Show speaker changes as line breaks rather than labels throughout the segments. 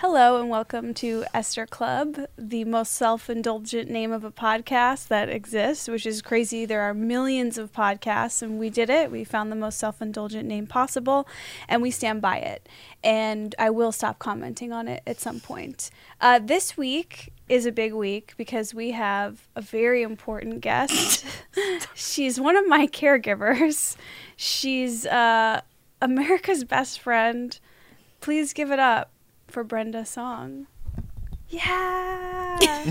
Hello and welcome to Esther Club, the most self indulgent name of a podcast that exists, which is crazy. There are millions of podcasts, and we did it. We found the most self indulgent name possible, and we stand by it. And I will stop commenting on it at some point. Uh, this week is a big week because we have a very important guest. She's one of my caregivers. She's uh, America's best friend. Please give it up for Brenda Song. Yeah. Yay.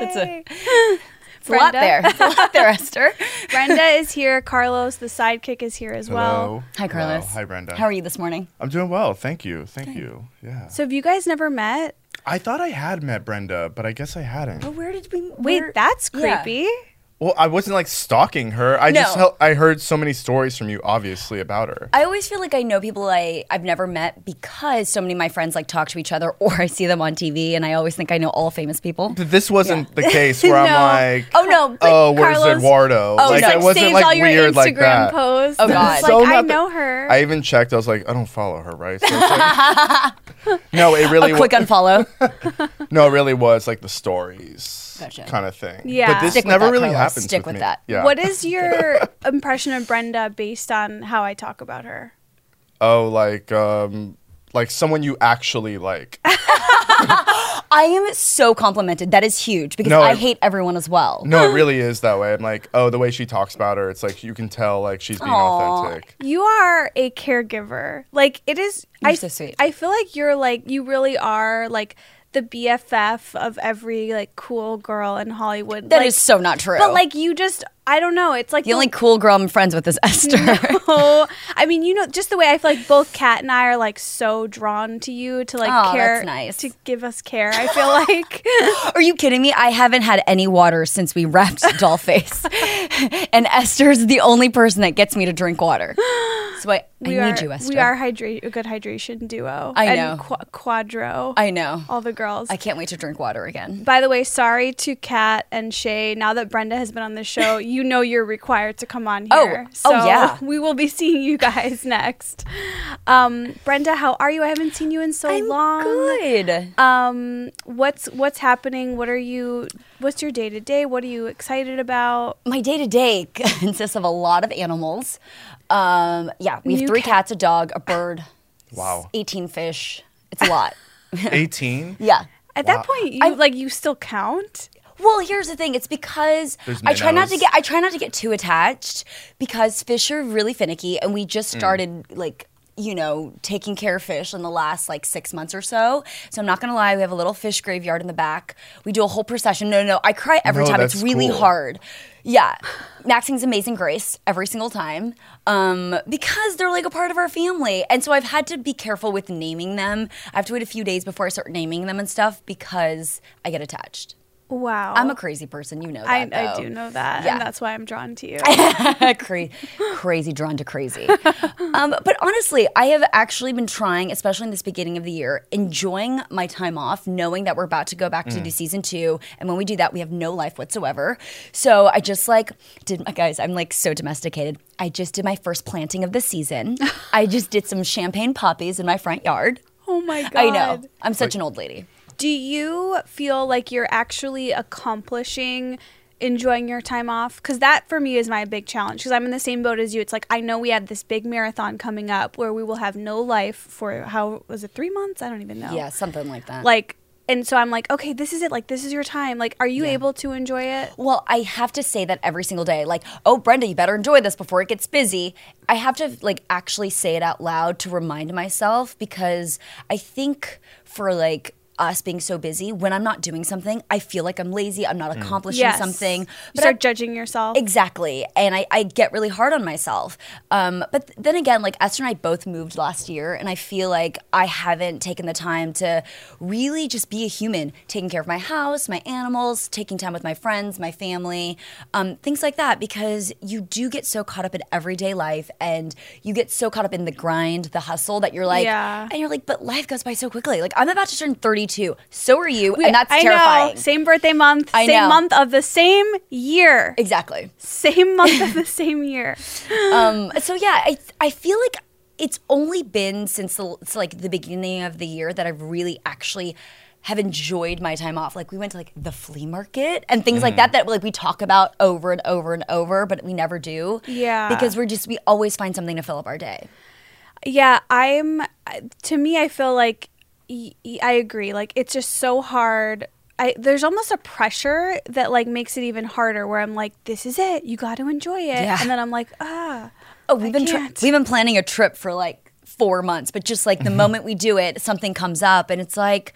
That's a- It's a lot there. It's a lot there, Esther.
Brenda is here. Carlos, the sidekick, is here as well.
Hello.
Hi,
Hello.
Carlos.
Hi, Brenda.
How are you this morning?
I'm doing well. Thank you. Thank you. Yeah.
So have you guys never met?
I thought I had met Brenda, but I guess I hadn't.
where did we?
Wait, that's
yeah.
creepy.
Well, I wasn't like stalking her. I just
No.
hel- I heard so many stories from you, obviously, about her.
I always feel like I know people I, I've never met because so many of my friends like talk to each other or I see them on TV and I always think I know all famous people.
But this wasn't the case where
No.
I'm like,
Oh, no. But
"Oh, where's
Carlos-
Eduardo?
Oh,
like,
no.
I wasn't
saves
like
all your
weird
Instagram
like that.
posts.
Oh, God.
It's like
So
I
not the-
know her.
I even checked. I was like, I don't follow her, right? So it's like- no, it really
A quick
wa-
unfollow.
no, it really was like the stories
Gotcha.
kind of thing.
Yeah.
but this
Stick with
never
that,
really
Carlos.
happens.
Stick with
with, me.
that.
Yeah.
What is your impression of Brenda based on how I talk about her?
oh like um like someone you actually like
I am so complimented. That is huge because
No,
I
it-
hate everyone as well.
no it really is that way i'm like oh the way she talks about her it's like you can tell like she's being
Aw.
authentic
You are a caregiver. Like it is-
You're
I
so sweet.
I feel like you're like you really are like the BFF of every like cool girl in Hollywood.
That is
like,
so not true.
But like you just I don't know. It's like
the only cool girl I'm friends with is Esther.
Oh, I mean, you know, just the way I feel like both Kat and I are like so drawn to you to like
Aw,
care,
that's nice.
to give us care. I feel like
Are you kidding me? I haven't had any water since we wrapped Dollface. and Esther's the only person that gets me to drink water. So I, I
we
need
are
you, Esther.
we are hydra- a good hydration duo.
I
and
know.
Qu- quadro.
I know.
all the girls.
I can't wait to drink water again.
By the way, sorry to Kat and Shay. Now that Brenda has been on the show, you know you're required to come on
Oh,
here.
oh, yeah.
We will be seeing you guys next. Um, Brenda, how are you? I haven't seen you in so long.
Good. Uh,
Um, what's what's happening? What are you? What's your day to day? What are you excited about?
My day to day consists of a lot of animals. Um, yeah, we have
New
three
cat-
cats, a dog, a bird.
Wow.
18 fish. It's a lot.
18
yeah.
At
Wow.
that point, you like you still count.
Well, here's the thing. It's because
There's
I try not to
minnows.
get I try not to get too attached because fish are really finicky, and we
Mm.
just started like you know taking care of fish in the last like six months or so. So I'm not gonna lie, we have a little fish graveyard in the back. We do a whole procession. No, no, no I cry every
No,
time. It's
that's
really
cool.
hard. Yeah, Maxine's Amazing Grace every single time um, because they're like a part of our family, and so I've had to be careful with naming them. I have to wait a few days before I start naming them and stuff because I get attached.
Wow,
I'm a crazy person, you know that.
I, I
though.
do know that,
Yeah.
and that's why I'm drawn to you.
Cra- crazy, drawn to crazy. um, but honestly, I have actually been trying, especially in this beginning of the year, enjoying my time off, knowing that we're about to go back to do
Mm.
season two, and when we do that, we have no life whatsoever. So I just like did my guys. I'm like so domesticated. I just did my first planting of the season. I just did some champagne poppies in my front yard.
oh my god,
I know. I'm such an old lady.
Do you feel like you're actually accomplishing enjoying your time off? Because that for me is my big challenge because I'm in the same boat as you. It's like I know we have this big marathon coming up where we will have no life for how was it three months? I don't even know.
Yeah, something like that.
Like, and so I'm like, okay, this is it. Like, this is your time. Like, are you able to enjoy it?
Well, I have to say that every single day. Like, oh, Brenda, you better enjoy this before it gets busy. I have to like actually say it out loud to remind myself because I think for like us being so busy, when I'm not doing something, I feel like I'm lazy. I'm not accomplishing
Yes.
something.
You
But
start
I-
judging yourself.
Exactly. And I, I get really hard on myself. Um, but th- then again, like Esther and I both moved last year, and I feel like I haven't taken the time to really just be a human, taking care of my house, my animals, taking time with my friends, my family, um, things like that, because you do get so caught up in everyday life and you get so caught up in the grind, the hustle that you're like,
Yeah.
and you're like, but life goes by so quickly. Like, I'm about to turn 32. So are you. and that's
I
terrifying.
know. Same birthday month,
I
same
know.
month of the same year,
Exactly.
same month of the same year.
um, so yeah, I I feel like it's only been since the, it's like the beginning of the year that I've really actually have enjoyed my time off. Like we went to like the flea market and things like that that like we talk about over and over and over, but we never do.
Yeah.
Because we're just we always find something to fill up our day.
Yeah, I'm. To me, I feel like y- y- I agree. Like it's just so hard. I there's almost a pressure that like makes it even harder. Where I'm like, this is it. You got to enjoy it.
Yeah.
And then I'm like, ah.
Oh, we've been
can't.
we've been planning a trip for like four months, but just like the moment we do it, something comes up, and it's like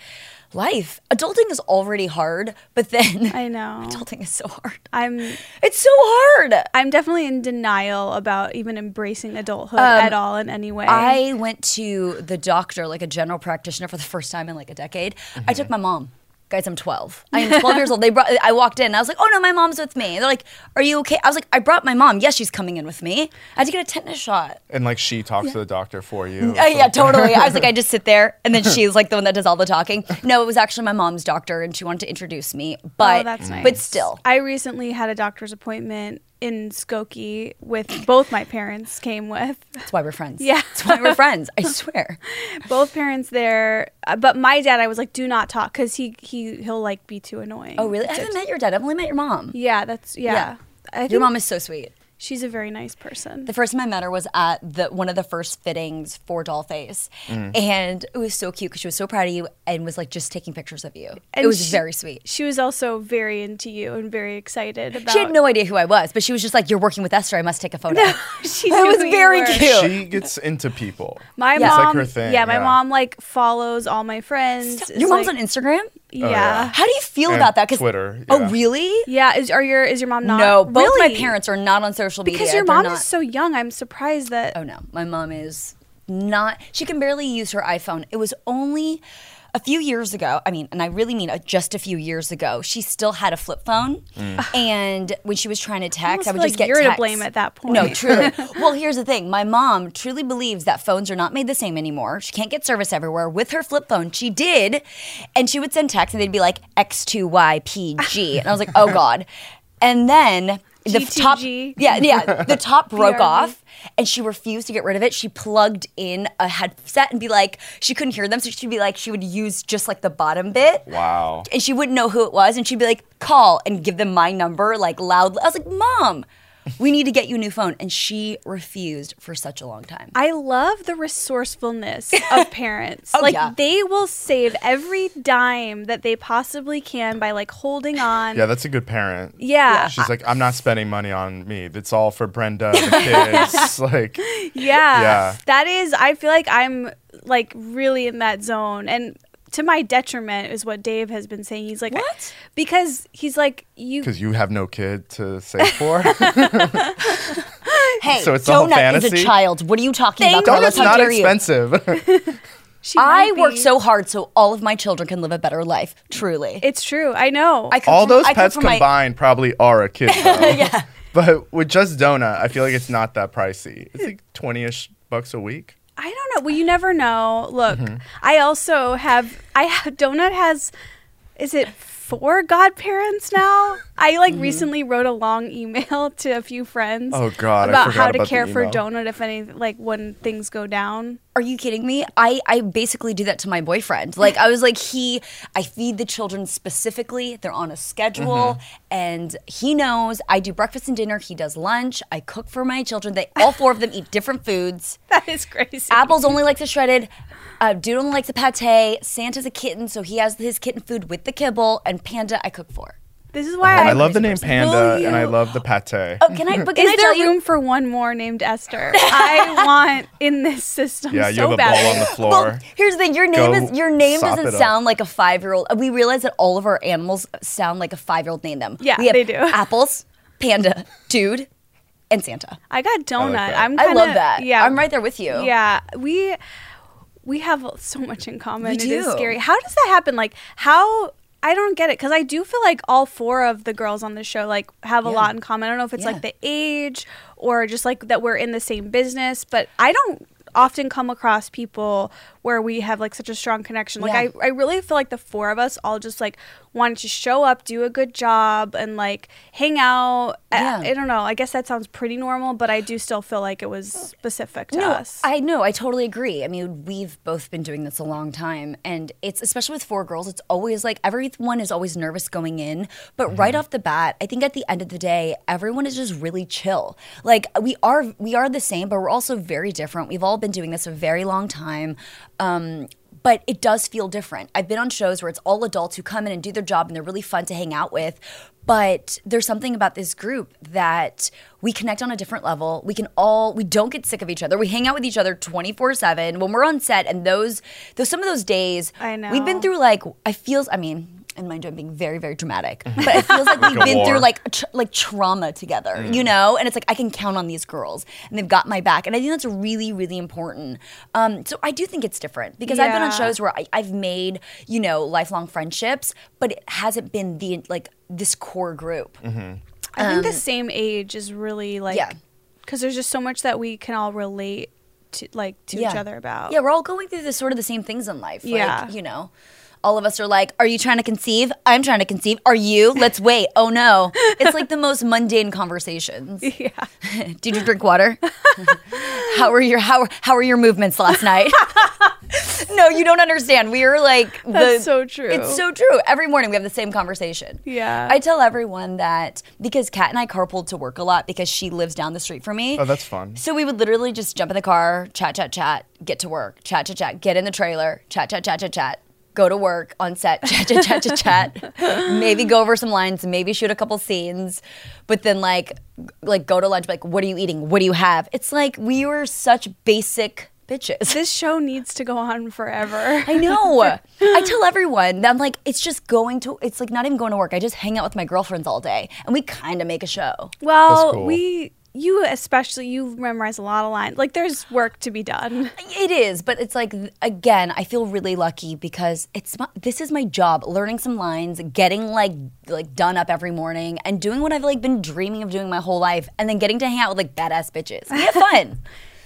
life. Adulting is already hard, but then
I know.
adulting is so hard.
I'm.
It's so hard.
I'm definitely in denial about even embracing adulthood at all in any way.
Um, I went to the doctor, like a general practitioner, for the first time in like a decade. I took my mom. Guys, I'm 12. I am 12 years old. They brought. I walked in. And I was like, "Oh no, my mom's with me." They're like, "Are you okay?" I was like, "I brought my mom. Yes, she's coming in with me." I had to get a tetanus shot.
And like she talks to the doctor for you.
Uh, yeah, totally. I was like, I just sit there, and then she's like the one that does all the talking. No, it was actually my mom's doctor, and she wanted to introduce me. But
oh, that's nice.
but still,
I recently had a doctor's appointment in Skokie with both my parents came with.
that's why we're friends.
Yeah.
that's why we're friends. I swear.
both parents there uh, but my dad i was like do not talk because he, he he'll like be too annoying
Oh, really? I haven't met your dad. I've only met your mom.
yeah that's yeah,
Yeah.
i think
Your mom is so sweet.
she's a very nice person
The first time I met her was at the one of the first fittings for Dollface, and it was so cute because she was so proud of you and was like just taking pictures of you. it
And
was
she-
very sweet.
she was also very into you and very excited about
She had no idea who I was, but she was just like, "You're working with Esther. I must take a photo."
she
That
knew
was
who you
very
were.
cute.
She gets into people.
my
Yeah. It's
mom
like her thing,
yeah my
yeah.
mom like follows all my friends Is,
your mom's
like-
on Instagram.
yeah
yeah.
How do you feel
And
about that? 'Cause-
Twitter,
Oh,
yeah.
really?
yeah is are your is your mom not
No, both
really?
my parents are not on social media.
because your
They're
mom
not,
is so young i'm surprised that
Oh no, my mom is not. She can barely use her iPhone. It was only a few years ago. I mean, and I really mean uh, just a few years ago. She still had a flip phone, and when she was trying to text,
almost
I would
feel
just
like
get
you're to
texts.
blame at that point.
No, truly. well, here's the thing. My mom truly believes that phones are not made the same anymore. She can't get service everywhere. With her flip phone, she did, and she would send texts, and they'd be like X2YPG, and I was like, oh god. And then the top,
GTG.
yeah, yeah, the top broke
BRB.
off and she refused to get rid of it. She plugged in a headset and be like, she couldn't hear them. So she'd be like, she would use just like the bottom bit.
Wow.
And she wouldn't know who it was. And she'd be like, call and give them my number, like loud. I was like, mom, we need to get you a new phone. And she refused for such a long time.
I love the resourcefulness of parents. like
Oh, yeah.
they will save every dime that they possibly can by like holding on.
Yeah, that's a good parent.
Yeah.
She's like, I'm not spending money on me. That's all for Brenda, the kids. like,
Yeah.
Yeah.
That is I feel like I'm like really in that zone and to my detriment is what Dave has been saying. He's like I-
What?
because he's like you
because you have no kid to save for.
hey,
so it's the whole
donut is a
fantasy?
child. What are you talking about,
Thank
Carlos?
Donut's
How
not
dare you?
expensive.
she
I
might be-
work so hard so all of my children can live a better life. Truly.
It's true. I know.
I come
all
from-
those
I come
pets
from my-
combined probably are a kid. Though. yeah. But with just donut, I feel like it's not that pricey. It's like twenty ish bucks a week.
I don't know. Well, you never know. Look,
Mm-hmm.
I also have. I have, donut has. Is it four godparents now? I like recently wrote a long email to a few friends.
Mm-hmm. Oh, God, I
About
forgot
how to
about the
care for
email.
donut if any like when things go down.
Are you kidding me? I, I basically do that to my boyfriend. Like I was like he I feed the children specifically. They're on a schedule
Mm-hmm.
and he knows I do breakfast and dinner, he does lunch, I cook for my children. They all four of them eat different foods.
That is crazy.
Apples only likes the shredded. Uh, Dude only likes the pate. Santa's a kitten, so he has his kitten food with the kibble. And Panda, I cook for.
This is why
Oh, I love the name
Will
Panda,
you-
and I love the pate.
Oh, can I? But can
Is
I
there
tell you?
room for one more named Esther? I want in this system
yeah,
so
you have a
badly.
ball on the
Well,
floor.
here's the thing. Your name
Go
is your name
sop it
doesn't
up.
sound like a five year old. We realize that all of our animals sound like a five year old named them.
Yeah,
we have
they do.
Apples, panda, dude, and Santa.
I got donut.
that.
I'm.
I
Kinda,
love that.
Yeah,
I'm right there with you.
Yeah, we we have so much in common.
We
It is
do.
scary. How does that happen? Like how I don't get it because I do feel like all four of the girls on the show like have a
Yeah.
lot in common. I don't know if it's
Yeah.
like the age or just like that we're in the same business, but I don't. often come across people where we have like such a strong connection. Like
Yeah.
I, I really feel like the four of us all just like wanted to show up, do a good job, and like hang out.
Yeah.
I, I don't know. I guess that sounds pretty normal, but I do still feel like it was specific to us.
I know. I totally agree. I mean, we've both been doing this a long time, and it's especially with four girls. It's always like everyone is always nervous going in, but right off the bat, I think at the end of the day, everyone is just really chill. Like we are, we are the same, but we're also very different. We've all been doing this a very long time. Um, but it does feel different. I've been on shows where it's all adults who come in and do their job and they're really fun to hang out with. But there's something about this group that we connect on a different level. We can all we don't get sick of each other. We hang out with each other 24/7 when we're on set and those though some of those days
I
we've
know.
been through like I feels I mean and mind you, I'm being very, very dramatic. But it feels like we've
Mm-hmm. a
been through
war. Mm.
like tr- like trauma together, you know. And it's like I can count on these girls, and they've got my back. And I think that's really, really important. Um, so I do think it's different because I've been on
Yeah.
shows where I, I've made you know lifelong friendships, but it hasn't been the like this core group.
Mm-hmm. I think the same age is really like
Um, Yeah.
because there's just so much that we can all relate to like to each other about.
Yeah, we're all going through the sort of the same things in life.
Yeah.
Like, you know, all of us are like, are you trying to conceive? I'm trying to conceive. Are you? Let's wait. Oh no. It's like the most mundane conversations.
Yeah.
Did you drink water? how were your how how were your movements last night? no, you don't understand. We are like
That's so true.
It's so true. Every morning we have the same conversation.
Yeah.
I tell everyone that because Kat and I carpool to work a lot because she lives down the street from me.
Oh, that's fun.
So we would literally just jump in the car, chat, chat, chat, get to work, chat, chat, chat, get in the trailer, chat, chat, chat, chat, chat, go to work on set, chat, chat, chat, chat, chat, maybe go over some lines, maybe shoot a couple scenes, but then like, g- like go to lunch, like, what are you eating? What do you have? It's like we were such basic bitches.
This show needs to go on forever.
I know. I tell everyone that I'm like, it's just going to, it's like not even going to work. I just hang out with my girlfriends all day and we kind of make a show.
Well,
cool.
we you especially you memorize a lot of lines. Like there's work to be done.
It is, but it's like again, I feel really lucky because it's my, this is my job, learning some lines, getting like like done up every morning, and doing what I've like been dreaming of doing my whole life, and then getting to hang out with like badass bitches. We have fun.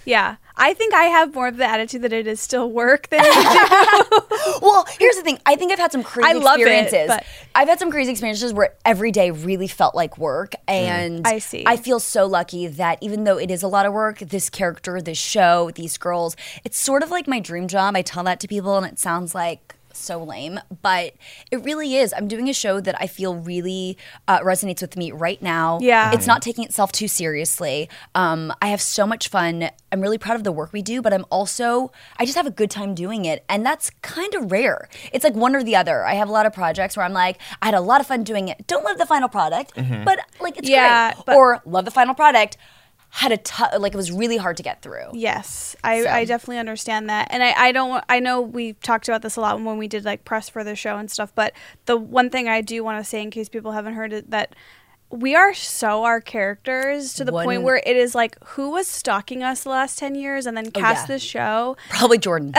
Yeah. I think I have more of the attitude that it is still work than it is-
well, here's the thing. I think I've had some crazy
I love it,
experiences.
but-
I've had some crazy experiences where every day really felt like work, and
I see.
I feel so lucky that even though it is a lot of work, this character, this show, these girls, it's sort of like my dream job. I tell that to people, and it sounds like so lame, but it really is. I'm doing a show that I feel really uh, resonates with me right now.
Yeah.
it's not taking itself too seriously. Um, I have so much fun. I'm really proud of the work we do, but I'm also I just have a good time doing it, and that's kind of rare. It's like one or the other. I have a lot of projects where I'm like, I had a lot of fun doing it. Don't love the final product, but like it's
Yeah,
great.
but-
or love the final product. Had a tough like it was really hard to get through.
Yes, I,
So.
I definitely understand that, and I, I don't. wa- I know we talked about this a lot when we did like press for the show and stuff. But the one thing I do want to say, in case people haven't heard it, that we are so our characters to the
One-
point where it is like who was stalking us the last ten years, and then cast
Oh, yeah.
this show
Probably Jordan.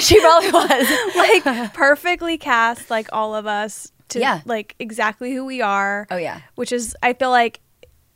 She probably was.
like perfectly cast, like all of us to
Yeah.
like exactly who we are.
Oh, yeah.
which is I feel like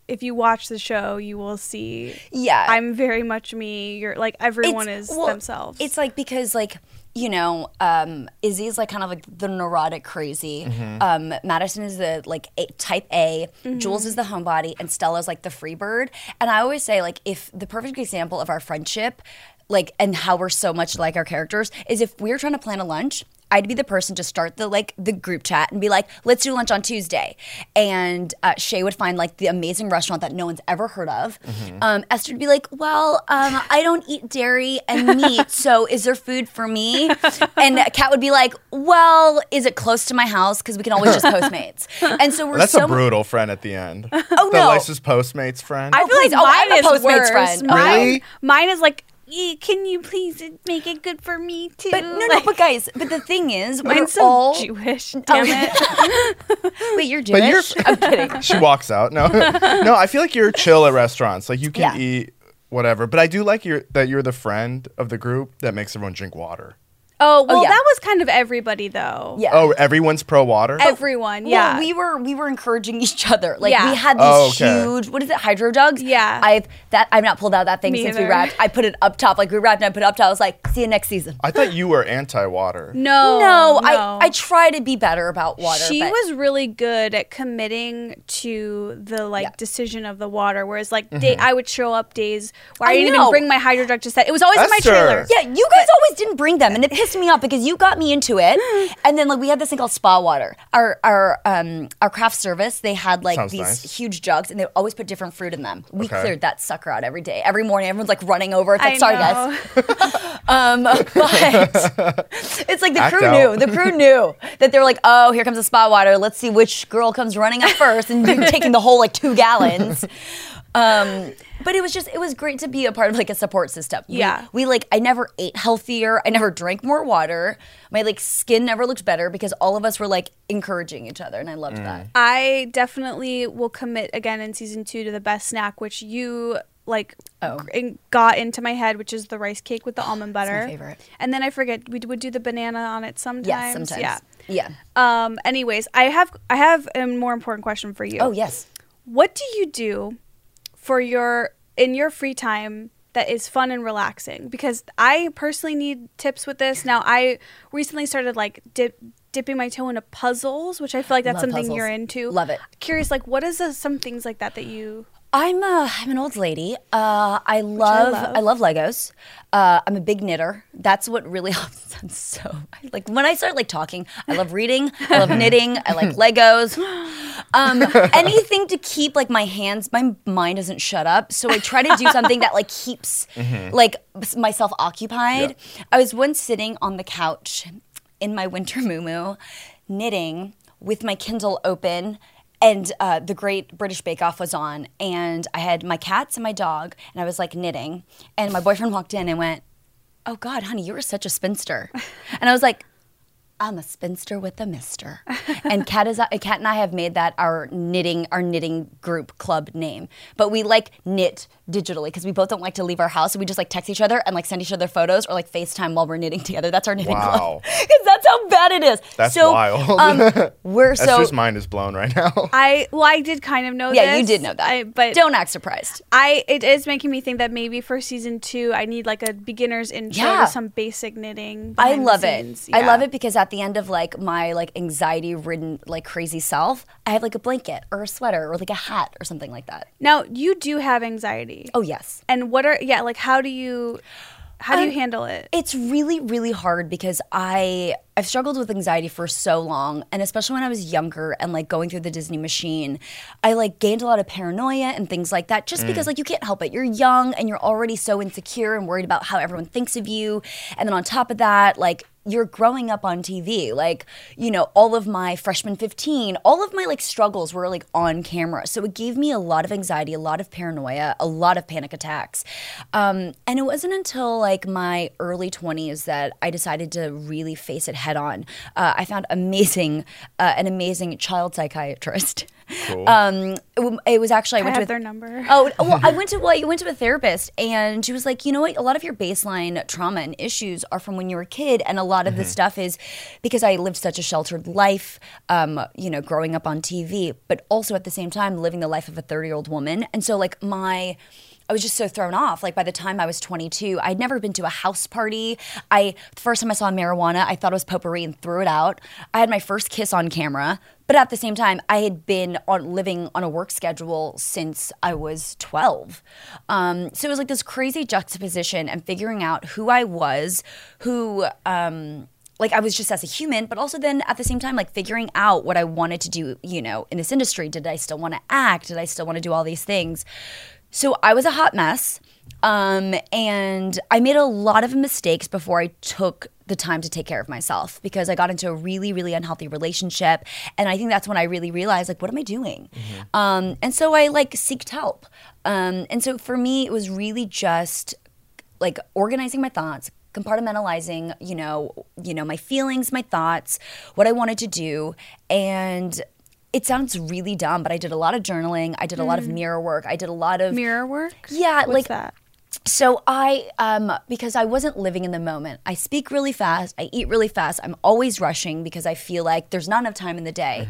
if you watch the show, you will see.
Yeah.
I'm very much me. You're like everyone
It's-
is
well,
themselves.
It's like because like you know, um, Izzy is like kind of like the neurotic crazy. Um, Madison is the like a, type A.
Mm-hmm.
Jules is the homebody, and Stella's like the free bird. And I always say like if the perfect example of our friendship, like and how we're so much like our characters is if we we're trying to plan a lunch. I'd be the person to start the like the group chat and be like, "Let's do lunch on Tuesday," and uh, Shay would find like the amazing restaurant that no one's ever heard of. Um, Esther would be like, "Well, um, I don't eat dairy and meat, so is there food for me?" And Kat would be like, "Well, is it close to my house? Because we can always just Postmates." And so we're
That's
so
a brutal friend at the end. Oh the
no.
nicest Postmates friend.
I
Oh,
feel
please.
like
Oh, I'm
mine
a
is
Postmates
worse.
friend.
Mine,
Really?
mine is like, "Eh, can you please make it good for me too?
But no, no,
Like,
but guys, but the thing is, we're
mine's so
all Oh,
Jewish. Damn it!
wait. You're Jewish.
But you're-
I'm kidding.
she walks out. No, no. I feel like you're chill at restaurants. Like you can
Yeah.
eat whatever. But I do like your that you're the friend of the group that makes everyone drink water.
Oh well,
yeah.
that was kind of everybody though.
Yeah.
Oh, everyone's pro water.
everyone. Yeah,
Well, we were we were encouraging each other. Like
Yeah.
we had these
Oh, okay.
huge what is it, hydro jugs?
Yeah.
I've that I've not pulled out that thing
Me
since we
either.
wrapped. I put it up top, like we wrapped and I put it up top. I was like, see you next season.
I thought you were anti-water.
Oh, no,
no, I, I try to be better about water.
She
but-
was really good at committing to the like
Yeah.
decision of the water. Whereas like
Mm-hmm.
day, I would show up days where I,
I
didn't
know.
even bring my hydro jug to set. It was always in my
Esther.
trailer.
Yeah, you guys always didn't bring them, and it pissed me off because you got me into it, and then like we had this thing called spa water. Our our um our craft service they had like
Sounds
these
nice.
huge jugs, and they would always put different fruit in them. We
Okay.
cleared that sucker out every day, every morning. Everyone's like running over. It's like
I
sorry
know.
guys, um, but it's like the
Act
crew
out.
knew. The crew knew that they were like, oh, here comes the spa water. Let's see which girl comes running up first, and you're taking the whole like two gallons. Um, but it was just it was great to be a part of like a support system. We-
Yeah.
we like I never ate healthier. I never drank more water. My like skin never looked better because all of us were like encouraging each other, and I loved
Mm.
that.
I definitely will commit again in season two to the best snack, which you like
Oh.
gr- in- got into my head, which is the rice cake with the almond butter.
favorite.
And then I forget we d- would do the banana on it sometimes.
Yes, sometimes.
Yeah.
yeah.
Um. Anyways, I have I have a more important question for you.
Oh yes.
What do you do for your in your free time that is fun and relaxing? Because I personally need tips with this. Now I recently started like dip, dipping my toe into puzzles, which I feel like that's
Love
something
puzzles.
you're into.
Love it.
Curious, like what is a, some things like that that you?
I'm a, I'm an old lady. Uh, I love
love.
I love Legos. Uh, I'm a big knitter. That's what really helps. I'm so like when I start like talking. I love reading. I love knitting. I like Legos. Um, anything to keep like my hands, my mind doesn't shut up. So I try to do something that like keeps like s- myself occupied. I was once sitting on the couch in my winter muumuu, knitting with my Kindle open and uh, the Great British Bake Off was on, and I had my cats and my dog, and I was like knitting, and my boyfriend walked in and went, "Oh God, honey, you were such a spinster," and I was like. I'm a spinster with a mister, and Kat is uh, Kat and I have made that our knitting our knitting group club name. But we like knit digitally because we both don't like to leave our house, so we just like text each other and like send each other photos or like FaceTime while we're knitting together. That's our knitting
Wow.
club because that's how bad it is.
That's
so,
wild.
Um, we're so
Esther's mind is blown right now.
I well, I did kind of know.
yeah, you
this,
did know that.
I, but
don't act surprised.
I it is making me think that maybe for season two, I need like a beginner's intro
Yeah.
to some basic knitting.
I
behind the
love it.
scenes.
I love
Yeah.
it because at the end of like my like anxiety ridden like crazy self, I have like a blanket or a sweater or like a hat or something like that.
Now you do have anxiety.
Oh yes.
and what are yeah like how do you how do you handle Um, it
It's really, really hard because I I've struggled with anxiety for so long, and especially when I was younger and like going through the Disney machine, I like gained a lot of paranoia and things like that. Just
Mm.
because like you can't help it, you're young and you're already so insecure and worried about how everyone thinks of you, and then on top of that, like you're growing up on TV. Like, you know, all of my freshman 15, all of my like struggles were like on camera. So it gave me a lot of anxiety, a lot of paranoia, a lot of panic attacks. Um, and it wasn't until like my early 20s that I decided to really face it head on. Uh, I found amazing, uh, an amazing child psychiatrist. Um, it, w- it was actually, I
i
went to
have
a
their number
Oh well, I went to well, I went to a therapist, and she was like, you know what? A lot of your baseline trauma and issues are from when you were a kid, and a lot of this stuff is because I lived such a sheltered life, um, you know, growing up on TV, but also at the same time living the life of a thirty-year-old woman, and so like my. I was just so thrown off. Like by the time I was 22, I'd never been to a house party. I the first time I saw marijuana, I thought it was potpourri and threw it out. I had my first kiss on camera, but at the same time, I had been on living on a work schedule since I was 12. Um, so it was like this crazy juxtaposition and figuring out who I was, who um, like I was just as a human, but also then at the same time, like figuring out what I wanted to do, you know, in this industry. Did I still want to act? Did I still want to do all these things? So I was a hot mess. Um, and I made a lot of mistakes before I took the time to take care of myself because I got into a really, really unhealthy relationship. And I think that's when I really realized, like, what am I doing? Um, and so I like seeked help. Um, and so for me, it was really just like organizing my thoughts compartmentalizing you know you know my feelings my thoughts what i wanted to do and it sounds really dumb but i did a lot of journaling i did a lot of mirror work i did a lot of
mirror work
yeah
What's
like
that
so I, um, because I wasn't living in the moment, I speak really fast, I eat really fast, I'm always rushing because I feel like there's not enough time in the day.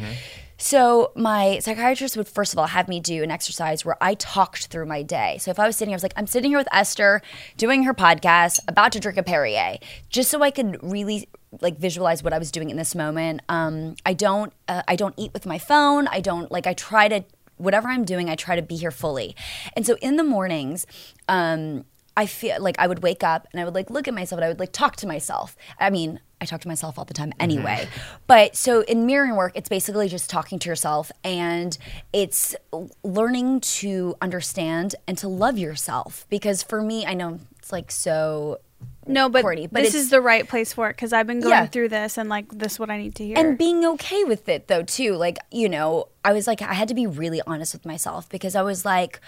So my psychiatrist would first of all have me do an exercise where I talked through my day. So if I was sitting here, I was like, I'm sitting here with Esther doing her podcast, about to drink a Perrier, just so I could really like visualize what I was doing in this moment. Um, I don't, uh, I don't eat with my phone. I don't like, I try to whatever I'm doing, I try to be here fully. And so in the mornings, um, I feel like I would wake up and I would like look at myself and I would like talk to myself. I mean, I talk to myself all the time anyway. But so in mirroring work, it's basically just talking to yourself and it's l- learning to understand and to love yourself. Because for me, I know it's like so
No, but,
Corny, but
this
it's-
is the right place for it because I've been going
Yeah.
through this and like this is what I need to hear.
And being okay with it though too. Like, you know, I was like I had to be really honest with myself because I was like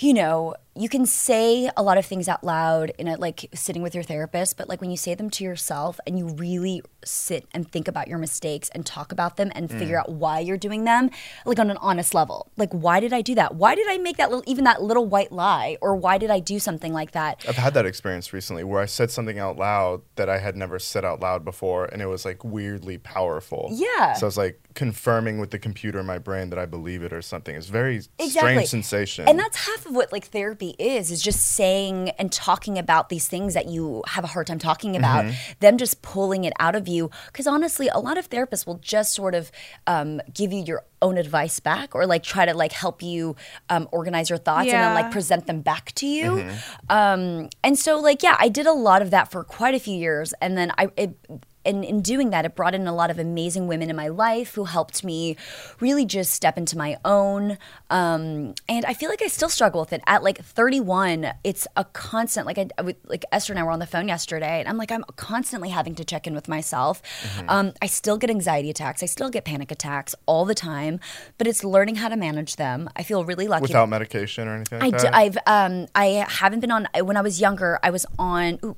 you know, you can say a lot of things out loud in a like sitting with your therapist, but like when you say them to yourself and you really sit and think about your mistakes and talk about them and figure out why you're doing them, like on an honest level. Like why did I do that? Why did I make that little even that little white lie or why did I do something like that?
I've had that experience recently where I said something out loud that I had never said out loud before, and it was like weirdly powerful.
Yeah.
So I was like confirming with the computer in my brain that I believe it or something. It's very
Exactly.
strange sensation.
And that's half of what like therapy is, is just saying and talking about these things that you have a hard time talking
Mm-hmm.
about, them just pulling it out of you. Because honestly, a lot of therapists will just sort of um, give you your own advice back or like try to like help you um, organize your thoughts and then
Yeah.
like present them back to you. Um, and so like, yeah, I did a lot of that for quite a few years. And then I, it, and in doing that, it brought in a lot of amazing women in my life who helped me really just step into my own. Um, and I feel like I still struggle with it. At like 31, it's a constant. Like I, I would, like Esther and I were on the phone yesterday, and I'm like I'm constantly having to check in with myself. Um, I still get anxiety attacks. I still get panic attacks all the time. But it's learning how to manage them. I feel really lucky.
Without medication or anything
I
like
d-
that?
I've um I haven't been on when I was younger. I was on. Ooh,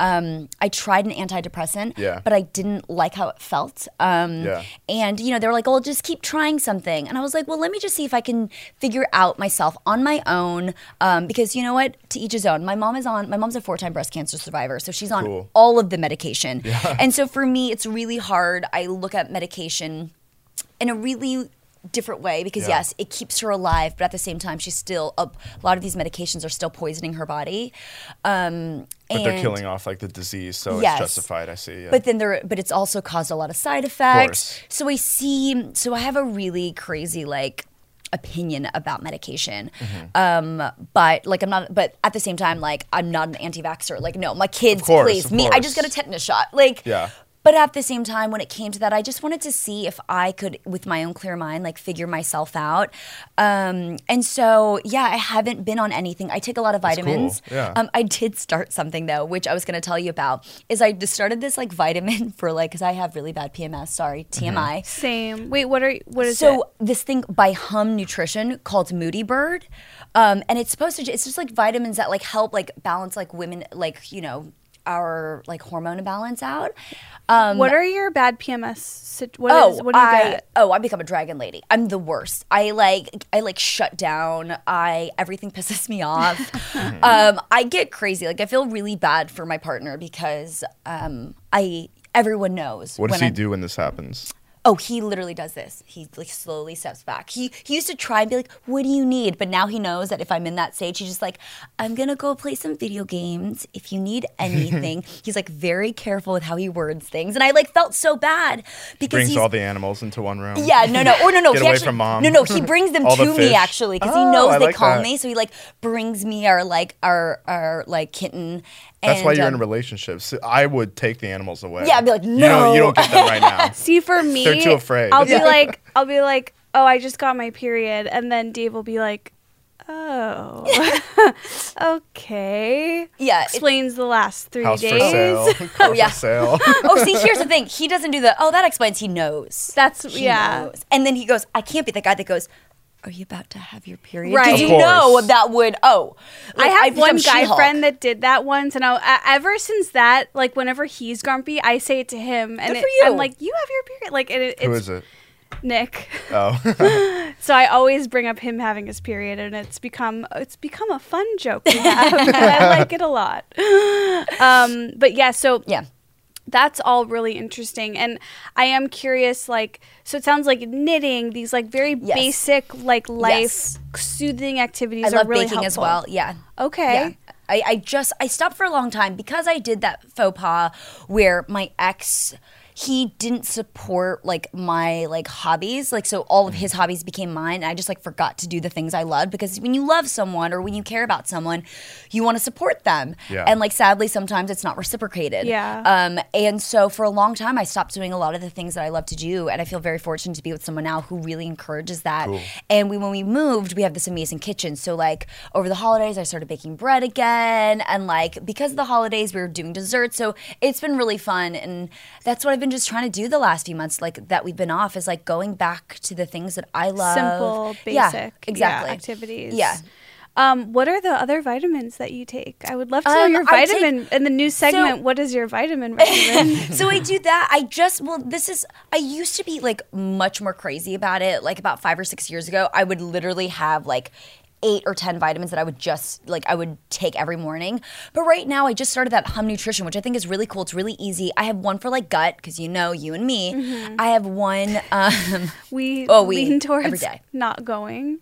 um, I tried an antidepressant.
Yeah.
But I didn't like how it felt. Um,
Yeah.
And you know they were like, "Well, just keep trying something," and I was like, "Well, let me just see if I can figure out myself on my own." Um, because you know what? To each his own. My mom is on. My mom's a four-time breast cancer survivor, so she's on
Cool.
all of the medication. And so for me, it's really hard. I look at medication in a really different way because
Yeah.
yes it keeps her alive but at the same time she's still a, lot of these medications are still poisoning her body um
but they're
and-
killing off like the disease, so
Yes.
it's justified. I see. Yeah.
but then there but it's also caused a lot of side effects so i see so i have a really crazy like opinion about medication
Mm-hmm.
um but like i'm not but at the same time like i'm not an anti-vaxxer like no my kids
course,
please
of
me i just got
course.
a tetanus shot like
Yeah.
but at the same time when it came to that i just wanted to see if i could with my own clear mind like figure myself out um, and so yeah i haven't been on anything i take a lot of
cool.
vitamins
Yeah.
um, I did start something though, which I was going to tell you about. Is I just started this like vitamin for like because I have really bad PMS. Sorry,
Mm-hmm.
TMI.
Same. Wait, what are what is
So
it?
this thing by Hum Nutrition called Moody Bird, um, and it's supposed to. ju- It's just like vitamins that like help like balance like women like you know our like hormone imbalance out. Um,
What are your bad PMS? sit- What is what do you
Oh, I
get?
oh, I become a dragon lady. I'm the worst. I like I like shut down. I everything pisses me off. um, I get crazy. Like I feel really bad for my partner because um, I everyone knows
what
when
does he
I'm-
do when this happens?
Oh, he literally does this. He like slowly steps back. He he used to try and be like, "What do you need?" But now he knows that if I'm in that stage, he's just like, "I'm gonna go play some video games. If you need anything," he's like very careful with how he words things, and I like felt so bad because
Brings
he's
all the animals into one room.
yeah, no, Oh, no, or no, no.
Get
he
away
actually,
from mom.
No, no, he brings them
All
to
the
me
fish.
actually because he
Oh,
knows
I
they
like
call
that.
me. So he like brings me our like our our like kitten.
That's
and,
why you're
um,
in relationships. I would take the animals away.
Yeah, I'd be like,
You don't,
"No."
you don't get them right now.
See, for me,
They're too afraid.
I'll be
Yeah.
like, I'll be like, oh, I just got my period, and then Dave will be like, oh, okay.
Yeah, it-
explains the last three
House
days.
for sale. Car
yeah.
for sale.
oh, see, here's the thing. He doesn't do the. Oh, that explains. He knows.
That's
He
yeah.
knows. And then he goes, I can't be the guy that goes. Are you about to have your period?
Right.
Did you
Of course.
know that would? Oh,
I
like,
have
I've
one
become
guy
She-Hulk.
friend that did that once, and I, I, ever since that, like whenever he's grumpy, I say it to him, and
Good
it-
for you.
I'm like, "You have your period." Like, and it, it's
Who is it?
Nick.
Oh,
So I always bring up him having his period, and it's become it's become a fun joke. We have. I like it a lot. Um, but yeah, so
Yeah.
that's all really interesting, and I am curious. Like, so it sounds like knitting these like very
Yes.
basic like life
Yes.
soothing activities
I
are
love
really
baking as
helpful.
well. Yeah.
Okay.
Yeah. I, I just I stopped for a long time because I did that faux pas where my ex he didn't support like my like hobbies like so all of his hobbies became mine and I just like forgot to do the things I loved because when you love someone or when you care about someone you want to support them
Yeah.
and like sadly sometimes it's not reciprocated
Yeah.
um and so for a long time I stopped doing a lot of the things that I love to do and I feel very fortunate to be with someone now who really encourages that
Cool.
and we, when we moved, we have this amazing kitchen. So like over the holidays, I started baking bread again, and like because of the holidays, we were doing desserts. So it's been really fun, and that's what I've been just trying to do the last few months, like that we've been off, is like going back to the things that I love.
Simple, basic,
Yeah,
yeah,
exactly.
activities.
Yeah.
Um, what are the other vitamins that you take? I would love to know
Um,
your
I take-
vitamin in the new segment. what is your vitamin regimen?
so I do that. I just well, this is I used to be like much more crazy about it. Like about five or six years ago, I would literally have like eight or ten vitamins that I would just like I would take every morning. But right now, I just started that Hum Nutrition, which I think is really cool. It's really easy. I have one for like gut because you know you and me. I have one. Um,
we
Oh, we-
lean towards
every day.
not going.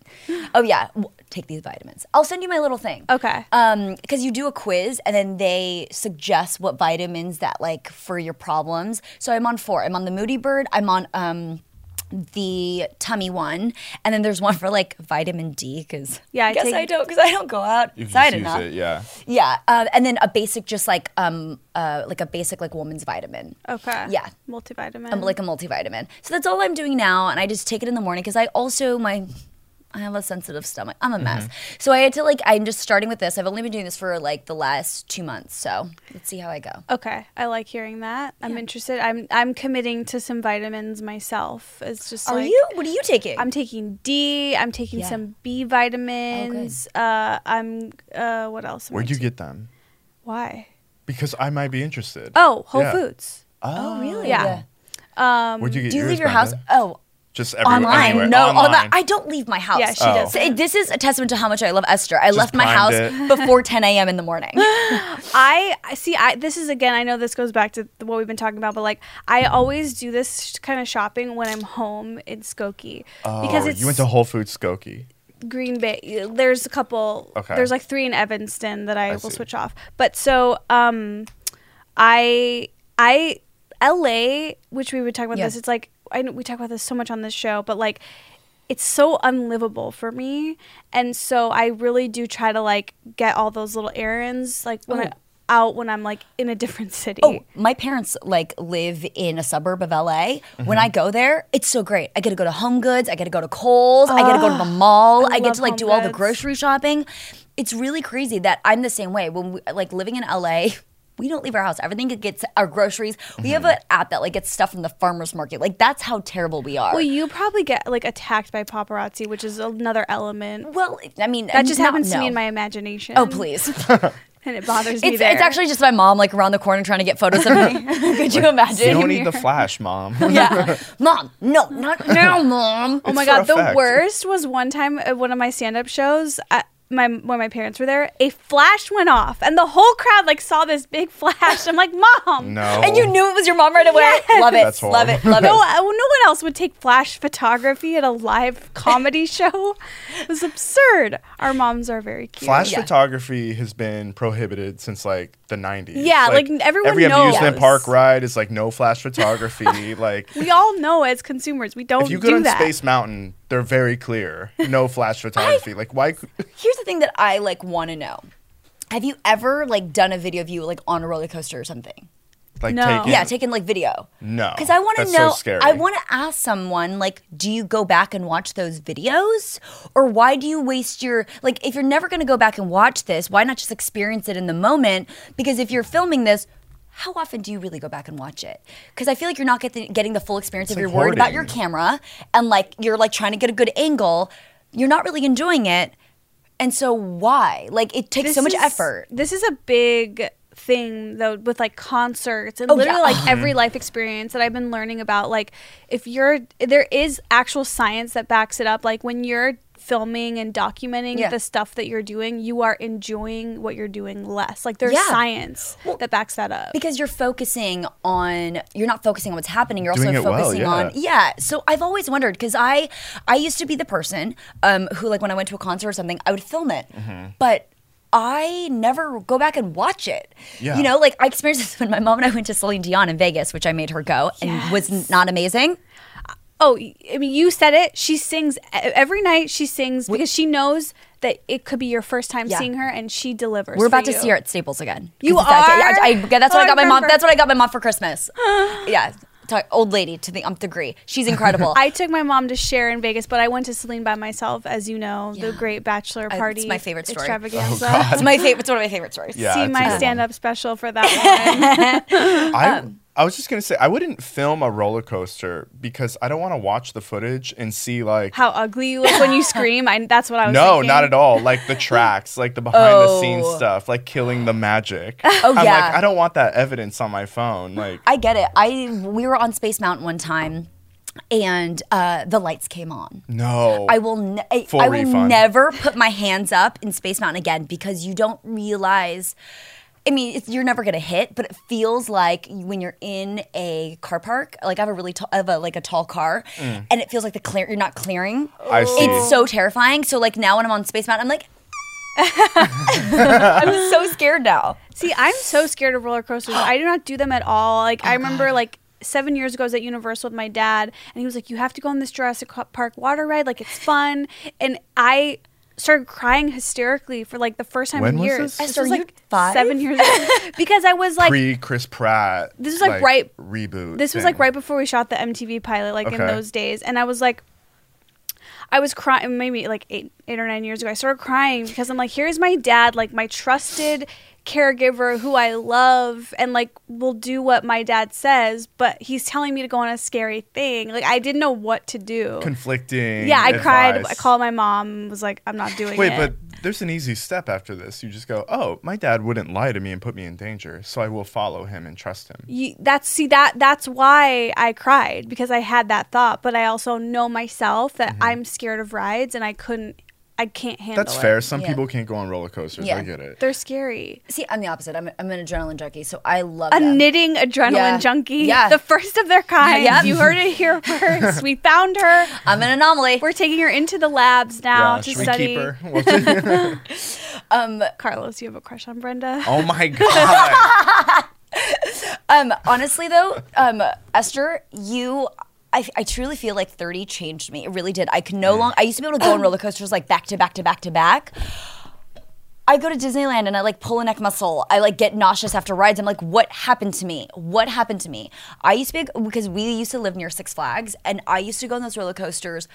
oh yeah, w- take these vitamins. I'll send you my little thing.
Okay.
Um, because you do a quiz and then they suggest what vitamins that like for your problems. So I'm on four. I'm on the Moody Bird. I'm on um the tummy one, and then there's one for like vitamin D because
Yeah, I
I guess
take-
I don't because I don't go out.
If you
outside
just use
enough.
it, yeah.
Yeah, um, and then a basic just like um uh like a basic like woman's vitamin.
Okay.
Yeah.
Multivitamin.
I'm like a multivitamin. So that's all I'm doing now, and I just take it in the morning because I also my I have a sensitive stomach. I'm a mess. So I had to like I'm just starting with this. I've only been doing this for like the last two months. So let's see how I go.
Okay, I like hearing that. I'm interested. I'm I'm committing to some vitamins myself. It's just
Are
like,
you? What are you taking?
I'm taking D. I'm taking
Yeah. Oh,
some B vitamins. Uh, I'm uh, what else? am I
where'd you
taking?
get them?
Why?
Because I might be interested.
Oh, Whole
Yeah.
Foods.
oh really?
yeah.
Um, Where'd you get
Do you
yours,
leave your house?
Brenda?
Oh,
Just everywhere,
online.
anywhere.
No,
online.
all that. I don't leave my house.
Yeah, she Oh. does.
So it- this is a testament to how much I love Esther. I left my
primed
house
it.
before 10 a.m. in the morning.
I I- see. I this is again. I know this goes back to th- what we've been talking about, but like I always do this sh- kind of shopping when I'm home in Skokie because
Oh,
it's
you went to Whole Foods Skokie.
Green Bay. There's a couple.
Okay.
There's like three in Evanston that I, will
see.
switch off. But so um, I I L.A. which we would talk about
Yeah.
this. It's like I know we talk about this so much on this show, but like it's so unlivable for me, and so I really do try to like get all those little errands like when I,
Oh.
out when I'm like in a different city.
Oh, my parents like live in a suburb of LA. When
Mm-hmm.
I go there, it's so great. I get to go to Home Goods, I get to go to Kohl's, I get to go to the mall, I, get
Ah, love
to like
Home
do all the
Goods.
grocery shopping. It's really crazy that I'm the same way. When we like living in LA, we don't leave our house. Everything gets our groceries. We have
Mm-hmm.
an app that like gets stuff from the farmers market. Like that's how terrible we are.
Well, you probably get like attacked by paparazzi, which is another element.
well, I mean,
That just
not-
happens to
no.
me in my imagination.
Oh please! It's,
and it bothers me.
it's
there.
actually just my mom like around the corner trying to get photos of me. Could you imagine?
You don't need the flash, mom.
yeah, mom. No, not now, mom.
Oh my
for
god, the
effect.
worst was one time at one of my stand-up shows. I, my when my parents were there, a flash went off, and the whole crowd like saw this big flash. I'm like, mom,
No.
And you knew it was your mom right away. Love it.
That's
love it.
horrible.
Love
No,
it.
I- no one else would take flash photography at a live comedy show. It was absurd. Our moms are very cute.
Flash
Yeah.
photography has been prohibited since like the 90s.
Yeah, like, everyone
every amusement
knows.
park ride is like no flash photography. like
We all know as consumers, we don't
if you
do
go on
that.
Space Mountain, they're very clear. No flash photography. like why? cou-
Here's the thing that I like want to know. Have you ever like done a video of you like on a roller coaster or something?
Like
No.
take it?
Yeah, taken like video.
No,
Because I want to
that's so
know.
scary.
I want to ask someone like, do you go back and watch those videos, or why do you waste your like? If you're never going to go back and watch this, why not just experience it in the moment? Because if you're filming this. How often do you really go back and watch it? Because I feel like you're not get the, getting the full experience if
like
you're worried about
hoarding.
your camera and like you're like trying to get a good angle. You're not really enjoying it, and so why? Like it takes so much
is-
effort.
This is a big thing though with like concerts and
Oh,
literally
yeah.
like every life experience that I've been learning about. Like if you're there is actual science that backs it up. Like when you're filming and documenting
Yeah.
the stuff that you're doing, you are enjoying what you're doing less. Like there's
Yeah.
science that backs that up.
because you're focusing on you're not focusing on what's happening you're
Doing
also
it well,
focusing
yeah.
on yeah so i've always wondered because i i used to be the person um who like when i went to a concert or something i would film it
Mm-hmm.
but I never go back and watch it.
Yeah.
You know, like I experienced this when my mom and I went to Celine Dion in Vegas, which I made her go and was n- not amazing.
Oh, I mean, you said it. She sings e- every night. She sings because she knows that it could be your first time
Yeah.
seeing her, and she delivers.
We're about
for
to
you.
see her at Staples again.
You
'Cause it's that-
are?
I, I- yeah, that's
Oh,
what
I
I got my mom.
remember.
That's what I got my mom for Christmas. yeah, Talk- old lady to the umpth degree. She's incredible.
I took my mom to share in Vegas, but I went to Celine by myself, as you know, the
Yeah.
great bachelor
it's
party.
my favorite story.
Extravaganza.
it's my favorite. It's one of my favorite stories.
Yeah,
see
it's Oh, a good
my
one.
stand-up special for that one.
I
Um,
I was just gonna say I wouldn't film a roller coaster because I don't want to watch the footage and see like
How ugly you look when you scream! I, that's what I was.
no,
thinking.
not at all. Like the tracks, like the behind the scenes
Oh.
stuff, like killing the magic.
Oh,
I'm
yeah.
like I don't want that evidence on my phone. Like
I get it. I we were on Space Mountain one time, and uh, the lights came on.
no.
I will. Ne- I,
Full
I will
refund.
never put my hands up in Space Mountain again because you don't realize. I mean, it's, you're never gonna hit, but it feels like when you're in a car park. Like I have a really tall, I have a, like a tall car, and it feels like the clear. You're not clearing.
Mm. I see.
It's so terrifying. So like now when I'm on Space Mountain, I'm like, I'm so scared now.
See, I'm so scared of roller coasters. I do not do them at all. Like
Oh,
I remember like seven years ago I was at Universal with my dad and he was like, You have to go on this Jurassic Co- Park water ride, like it's fun and I started crying hysterically for like the first time
When
in
was
years.
this?
This
Esther,
was,
are you
like
five?
seven years ago. because I was like
pre Chris Pratt.
This is, like, right-
reboot.
this was
thing.
like right before we shot the MTV pilot, like in
Okay.
those days, and I was like, I was crying maybe like eight, eight or nine years ago. I started crying because I'm like, here's my dad, like my trusted caregiver who I love and like will do what my dad says, but he's telling me to go on a scary thing. Like I didn't know what to do.
conflicting.
yeah, I cried. I
advice.
called my mom. Was like, I'm not doing
Wait,
it.
but there's an easy step after this. You just go, oh, my dad wouldn't lie to me and put me in danger, so I will follow him and trust him.
you, that's see that that's why I cried because I had that thought, but I also know myself that I'm scared of rides and I couldn't, I can't handle.
Mm-hmm. That's
it.
fair. Some
Yeah.
people can't go on roller coasters.
Yeah.
I get it.
They're scary.
See, I'm the opposite. I'm, I'm an adrenaline junkie, so I love
A
them.
knitting adrenaline
Yeah.
junkie,
Yeah.
the first of their kind.
Yep.
You heard it here first. we found her.
I'm an anomaly.
We're taking her into the labs now
Yeah,
to
should we
study.
keep her? We'll-
Carlos, you have a crush on Brenda.
oh my god!
Um, honestly, though, um, Esther, you. I, I truly feel like 30 changed me. It really did. I could no longer. I used to be able to go on roller coasters like back to back to back to back. I go to Disneyland and I like pull a neck muscle. I like get nauseous after rides. I'm like, what happened to me? What happened to me? I used to be because we used to live near Six Flags, and I used to go on those roller coasters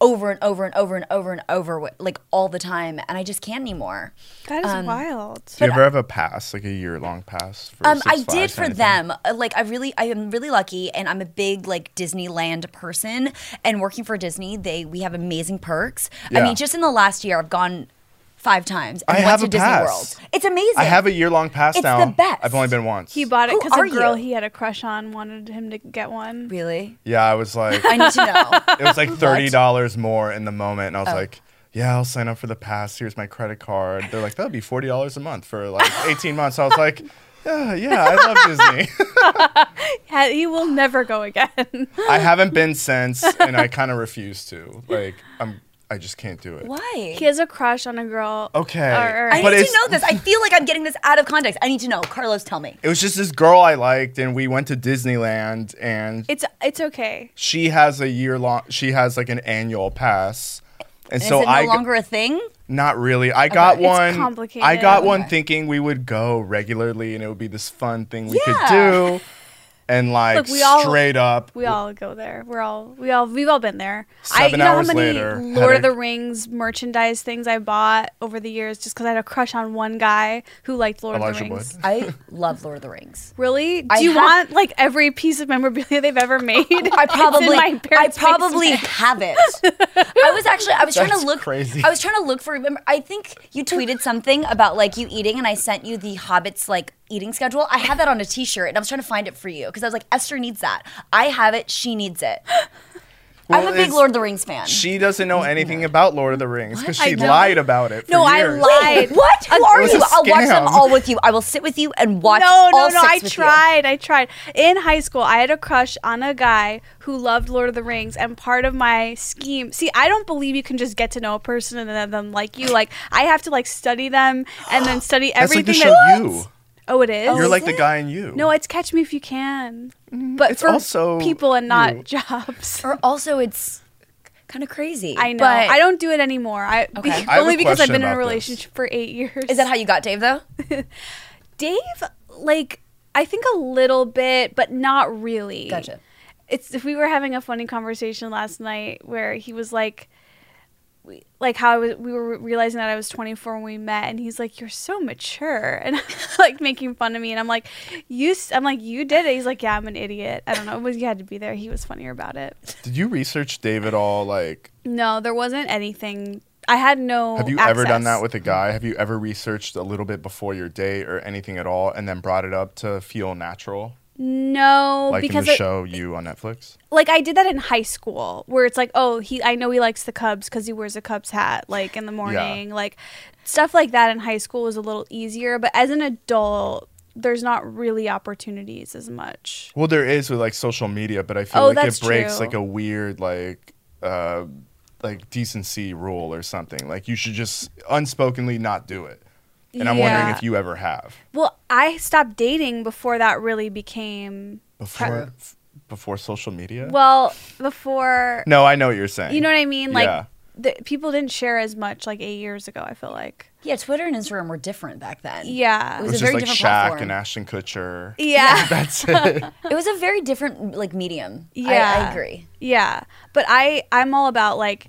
over and over and over and over and over wi- like all the time, and I just can't anymore.
That is wild.
Do you ever have a pass, like a year-long pass? For
Um,
Six
I
Flags or
did for
anything?
them. Uh, Like I really, I am really lucky, and I'm a big like Disneyland person. And working for Disney, they we have amazing perks. I
Yeah.
mean, just in the last year, I've gone five times. And
I
went
have
to
a
Disney
pass.
World. It's amazing.
I have a year-long pass
It's
now.
the best.
I've only been once.
He bought it
Who
because
are
a girl
you?
he had a crush on wanted him to get one.
really.
yeah, I was like,
I need to know.
it was like thirty dollars more in the moment, and I was
Oh.
like, "Yeah, I'll sign up for the pass. Here's my credit card." They're like, "That'll be forty dollars a month for like eighteen months." I was like, "Yeah, yeah, I love Disney.
Ha- He will never go again.
I haven't been since, and I kind of refuse to. Like, I'm, I just can't do it."
Why?
he has a crush on a girl.
Okay,
Or- or-
I
But
need to
it's-
know this. I feel like I'm getting this out of context. I need to know. Carlos, tell me.
It was just this girl I liked, and we went to Disneyland, and
It's it's okay.
she has a year long. She has like an annual pass, and,
And
so
is it no
I g-
longer a thing?
Not really. I got
It's
one.
complicated.
I got one
Okay.
thinking we would go regularly and it would be this fun thing we
Yeah.
could do. And like
Look, we all-
straight up,
We all go there. We're all we all we've all been there. I you
Seven
know
hours
how many
later,
Lord of the Rings merchandise things I bought over the years just because I had a crush on one guy who liked Lord of
Elijah
the
Wood.
Rings.
I love Lord of the Rings.
Really? Do
I
you
have-
want like every piece of memorabilia they've ever made?
I probably,
my
I
parents'
probably have it. I was actually, I was trying
That's
to look.
crazy.
I was trying to look for. Remember, I think you tweeted something about like you eating, and I sent you the Hobbit's like eating schedule. I had that on a T-shirt, and I was trying to find it for you because I was like, Esther needs that. I have it. She needs it.
Well,
I'm a big
it's-
Lord of the Rings fan.
She doesn't know anything about Lord of the Rings because
I
she
don't.
lied about it. For
No, I
years.
lied.
Wait, what? Who
It
are
was a
you? I'll watch them
scam.
all with you. I will sit with you and watch
no, no,
all
no.
six
I
with you.
tried. I tried. In high school, I had a crush on a guy who loved Lord of the Rings, and part of my scheme. See, I don't believe you can just get to know a person and then them like you. Like I have to like study them and then study
That's like the
everything.
show
that-
You.
Oh, it is?
You're
is
like the
it?
guy in You.
no, it's Catch Me If You Can, but
it's
for
also
people and not
you.
jobs.
Or also, it's kind of crazy.
I know.
but-
I don't do it anymore. I, be-
I have
a
only because I've
question
been in a
about this.
relationship for eight years.
Is that how you got Dave though?
Dave? Like, I think a little bit, but not really.
Gotcha.
It's if we were having a funny conversation last night where he was like, we- like how I was, we were realizing that I was 24 when we met, and he's like, "You're so mature," and like making fun of me, and I'm like, "You," s- I'm like, "You did it." He's like, "Yeah, I'm an idiot." I don't know. It was you had to be there. He was funnier about it.
Did you research Dave at all? Like,
No, there wasn't anything. I had no.
have you ever
access.
done that with a guy? Have you ever researched a little bit before your date or anything at all, and then brought it up to feel natural,
No,
like in
because
the
I-
show You on Netflix?
like I did that in high school, where it's like, oh, he, I know he likes the Cubs because he wears a Cubs hat, like in the morning, like stuff like that in high school was a little easier. But as an adult, there's not really opportunities as much.
Well, there is with like social media, but I feel
Oh,
like
that's
it breaks
true.
like a weird like uh like decency rule or something. Like you should just unspokenly not do it. And I'm wondering
Yeah.
if you ever have
Well, I stopped dating before that really became
before f- before social media.
well before.
no, I know what you're saying.
You know what I mean? Like
Yeah.
the, people didn't share as much like eight years ago. I feel like.
Yeah, Twitter and Instagram were different back then.
Yeah.
It
it
was
was
a very
just like Shaq
different platform.
and Ashton Kutcher.
Yeah.
That's it.
It was a very different like medium. I- I,
Yeah.
agree.
Yeah, but I I'm all about like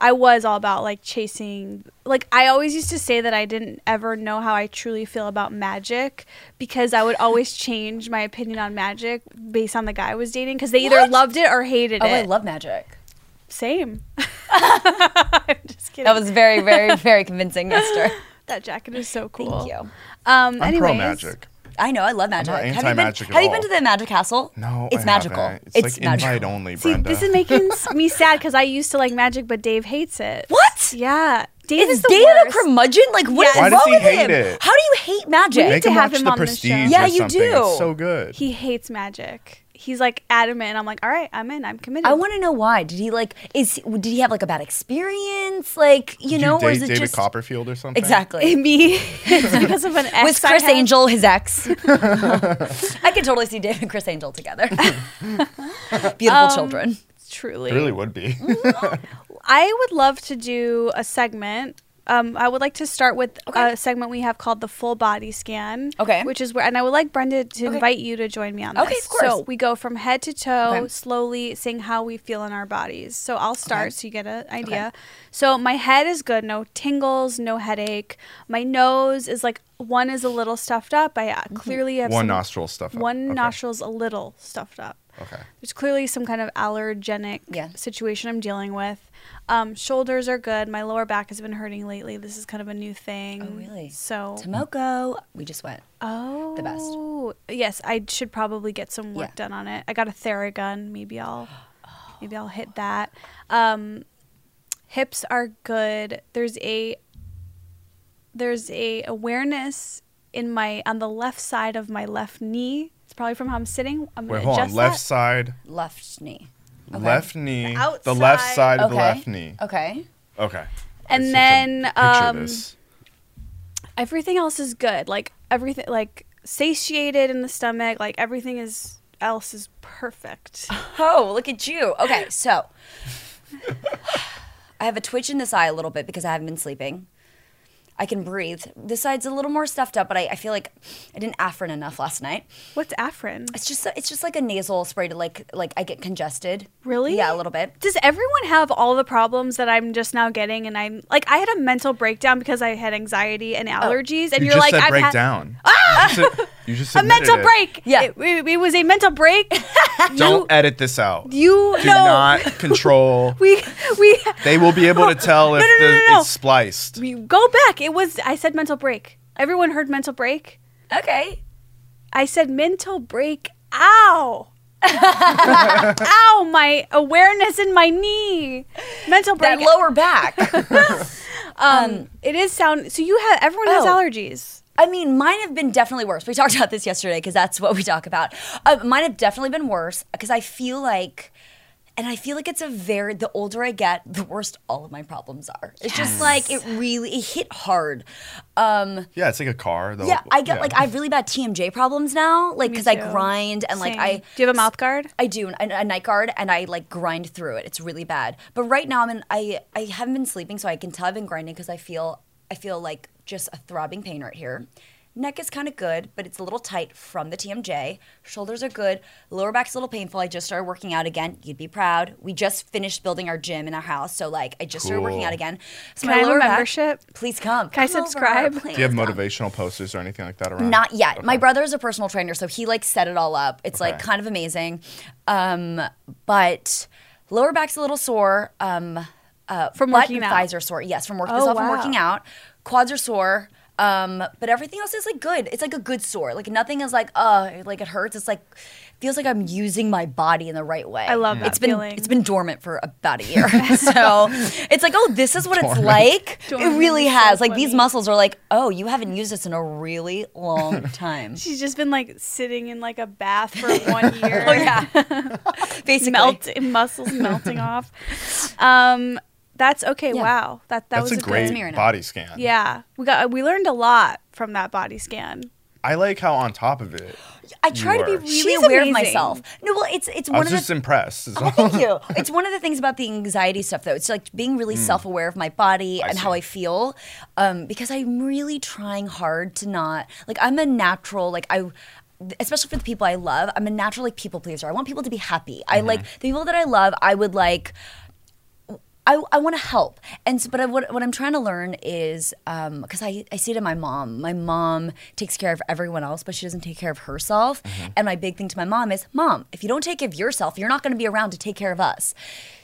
I was all about like chasing like I always used to say that I didn't ever know how I truly feel about magic because I would always change my opinion on magic based on the guy I was dating because they either
What?
loved it or hated
Oh,
it.
I love magic.
Same. I'm just kidding.
That was very, very, very convincing, Esther.
that jacket is so cool.
Thank you.
Um,
I'm
anyways,
pro magic.
I know. I love magic.
not
have you been?
anti-magic at
Have you been
all.
to the Magic Castle?
No,
it's
I
magical.
haven't. It's, like
magical.
invite only,
See,
Brenda.
this is making s- me sad because I used to like magic, but Dave hates it.
What?
Yeah, Dave
Is
is the
Dave a
worst.
curmudgeon? Like, what
Yeah.
is
Why
does
wrong
he
with
hate
him?
it?
How do you hate magic?
Make
to
him
have
watch
him
the
on the show.
Prestige
Yeah,
or
you
something.
do.
It's so good.
He hates magic. He's like adamant. I'm like, all right, I'm in. I'm committed.
I want to know why. Did he like? Is did he have like a bad experience? Like, you
Did
know,
date
or is it
David
just
Copperfield or something?
exactly?
me It's because of an ex.
with
I
Chris
had.
Angel, his ex. I could totally see Dave and Chris Angel together. Beautiful children.
Truly,
It really would be.
Mm,
I would love to do a segment. Um, I would like to start with a segment we have called the full body scan.
Okay.
Which is where, and I would like Brenda to invite you to join me on this.
Okay, of course.
So we go from head to toe,
Okay.
slowly saying how we feel in our bodies. So I'll start so you get an idea. So my head is good, no tingles, no headache. My nose is like one is a little stuffed up. I
Mm-hmm.
uh, clearly have
one
some-
nostril stuff. up.
One
Okay.
nostril's a little stuffed up.
Okay.
There's clearly some kind of allergenic
Yeah.
situation I'm dealing with. Um, shoulders are good. My lower back has been hurting lately. This is kind of a new thing.
Oh, really?
So,
Tomoko, we just went.
oh,
the best.
Yes, I should probably get some work
Yeah.
done on it. I got a Theragun. Maybe I'll, maybe I'll hit that. Um, hips are good. There's a, there's a awareness in my on the left side of my left knee. It's probably from how I'm sitting. I'm
Wait,
gonna
hold on.
adjust
Left
that.
side,
Left knee. Okay.
left knee,
The
the left
outside.
side of
okay.
the left knee.
Okay.
Okay.
And
I just
then,
have to picture
um,
this.
everything else is good. Like everything, like satiated in the stomach. Like everything is else is perfect.
Oh, look at you. Okay, so I have a twitch in this eye a little bit because I haven't been sleeping. I can breathe. This side's a little more stuffed up, but I, I feel like I didn't Afrin enough last night.
What's Afrin?
It's just it's just like a nasal spray to like like I get congested.
Really?
Yeah, a little bit.
Does everyone have all the problems that I'm just now getting? And I'm like, I had a mental breakdown because I had anxiety
Oh.
and allergies, and
you
are
just
like,
said
I've
break
had
down. Ah! You just, you just
a
admitted
mental
it.
break.
Yeah.
it, it- it was a mental break.
Don't edit this out.
you
Do
no,
not control.
we we
they will be able to tell if
no, no,
the,
no, no.
it's spliced.
we go back. It was I said mental break. Everyone heard mental break.
Okay.
I said mental break. Ow. Ow, my awareness in my knee. Mental break.
That lower back.
um, it is sound. So you have everyone has
Oh.
allergies.
I mean, mine have been definitely worse. We talked about this yesterday because that's what we talk about. Uh, mine have definitely been worse because I feel like, and I feel like it's a very, the older I get, the worse all of my problems are. It's just like, it really, it hit hard. Um,
Yeah, it's like a car. The
yeah,
whole-
I get like, I
Oh, yeah.
have really bad TMJ problems now, like,
Me
because I
too.
grind and like,
Same.
I.
Do you have a mouth guard?
I do a, a night guard, and I like grind through it. It's really bad. But right now, I'm in. I I haven't been sleeping, so I can tell I've been grinding because I feel I feel like just a throbbing pain right here. Neck is kind of good, but it's a little tight from the TMJ. Shoulders are good. Lower back's a little painful. I just started working out again. You'd be proud. We just finished building our gym in our house, so like I just started working
Cool.
out again. So
Can I have a
lower back-
membership?
please come.
Can I
Come over,
subscribe?
please
Do you have
come.
motivational posters or anything like that around?
Not yet. My
Okay.
brother is a personal trainer, so he like set it all up. It's like
Okay.
kind of amazing. Um, but lower back's a little sore. Um, uh,
From
butt
working
and
out.
thighs are sore. Yes, from working
Oh,
from
wow.
working out. Quads are sore. Um, but everything else is like good. It's like a good sore. Like nothing is like uh like it hurts. It's like feels like I'm using my body in the right way.
I love that
It's been
feeling.
it's been dormant for about a year. so it's like, oh, this is what it's like.
Dormant
it really
is so
has. like these
funny.
muscles are like, oh, you haven't used this in a really long time.
She's just been like sitting in like a bath for one year.
oh yeah. Basically.
melt muscles melting off. Um, that's okay.
Yeah.
Wow, that that
That's
was
a great
smear now.
body scan.
Yeah, we got we learned a lot from that body scan.
I like how on top of it.
I try to be
You are.
really
She's
aware
amazing.
of myself. No, well it's it's
I
one
was
of the
just impressed. is all.
Thank you. It's one of the things about the anxiety stuff, though. It's like being really self aware of my body
Hmm. I
and
see.
how I feel um, because I'm really trying hard to not, like, I'm a natural, like, I. Especially for the people I love, I'm a natural like people pleaser. I want people to be happy. I like
Mm-hmm.
the people that I love. I would like I, I want to help. And so, but I, what, what I'm trying to learn is because I, I say to my mom, my mom takes care of everyone else, but she doesn't take care of herself. And my big thing to my mom is, mom, if you don't take care of yourself, you're not going to be around to take care of us.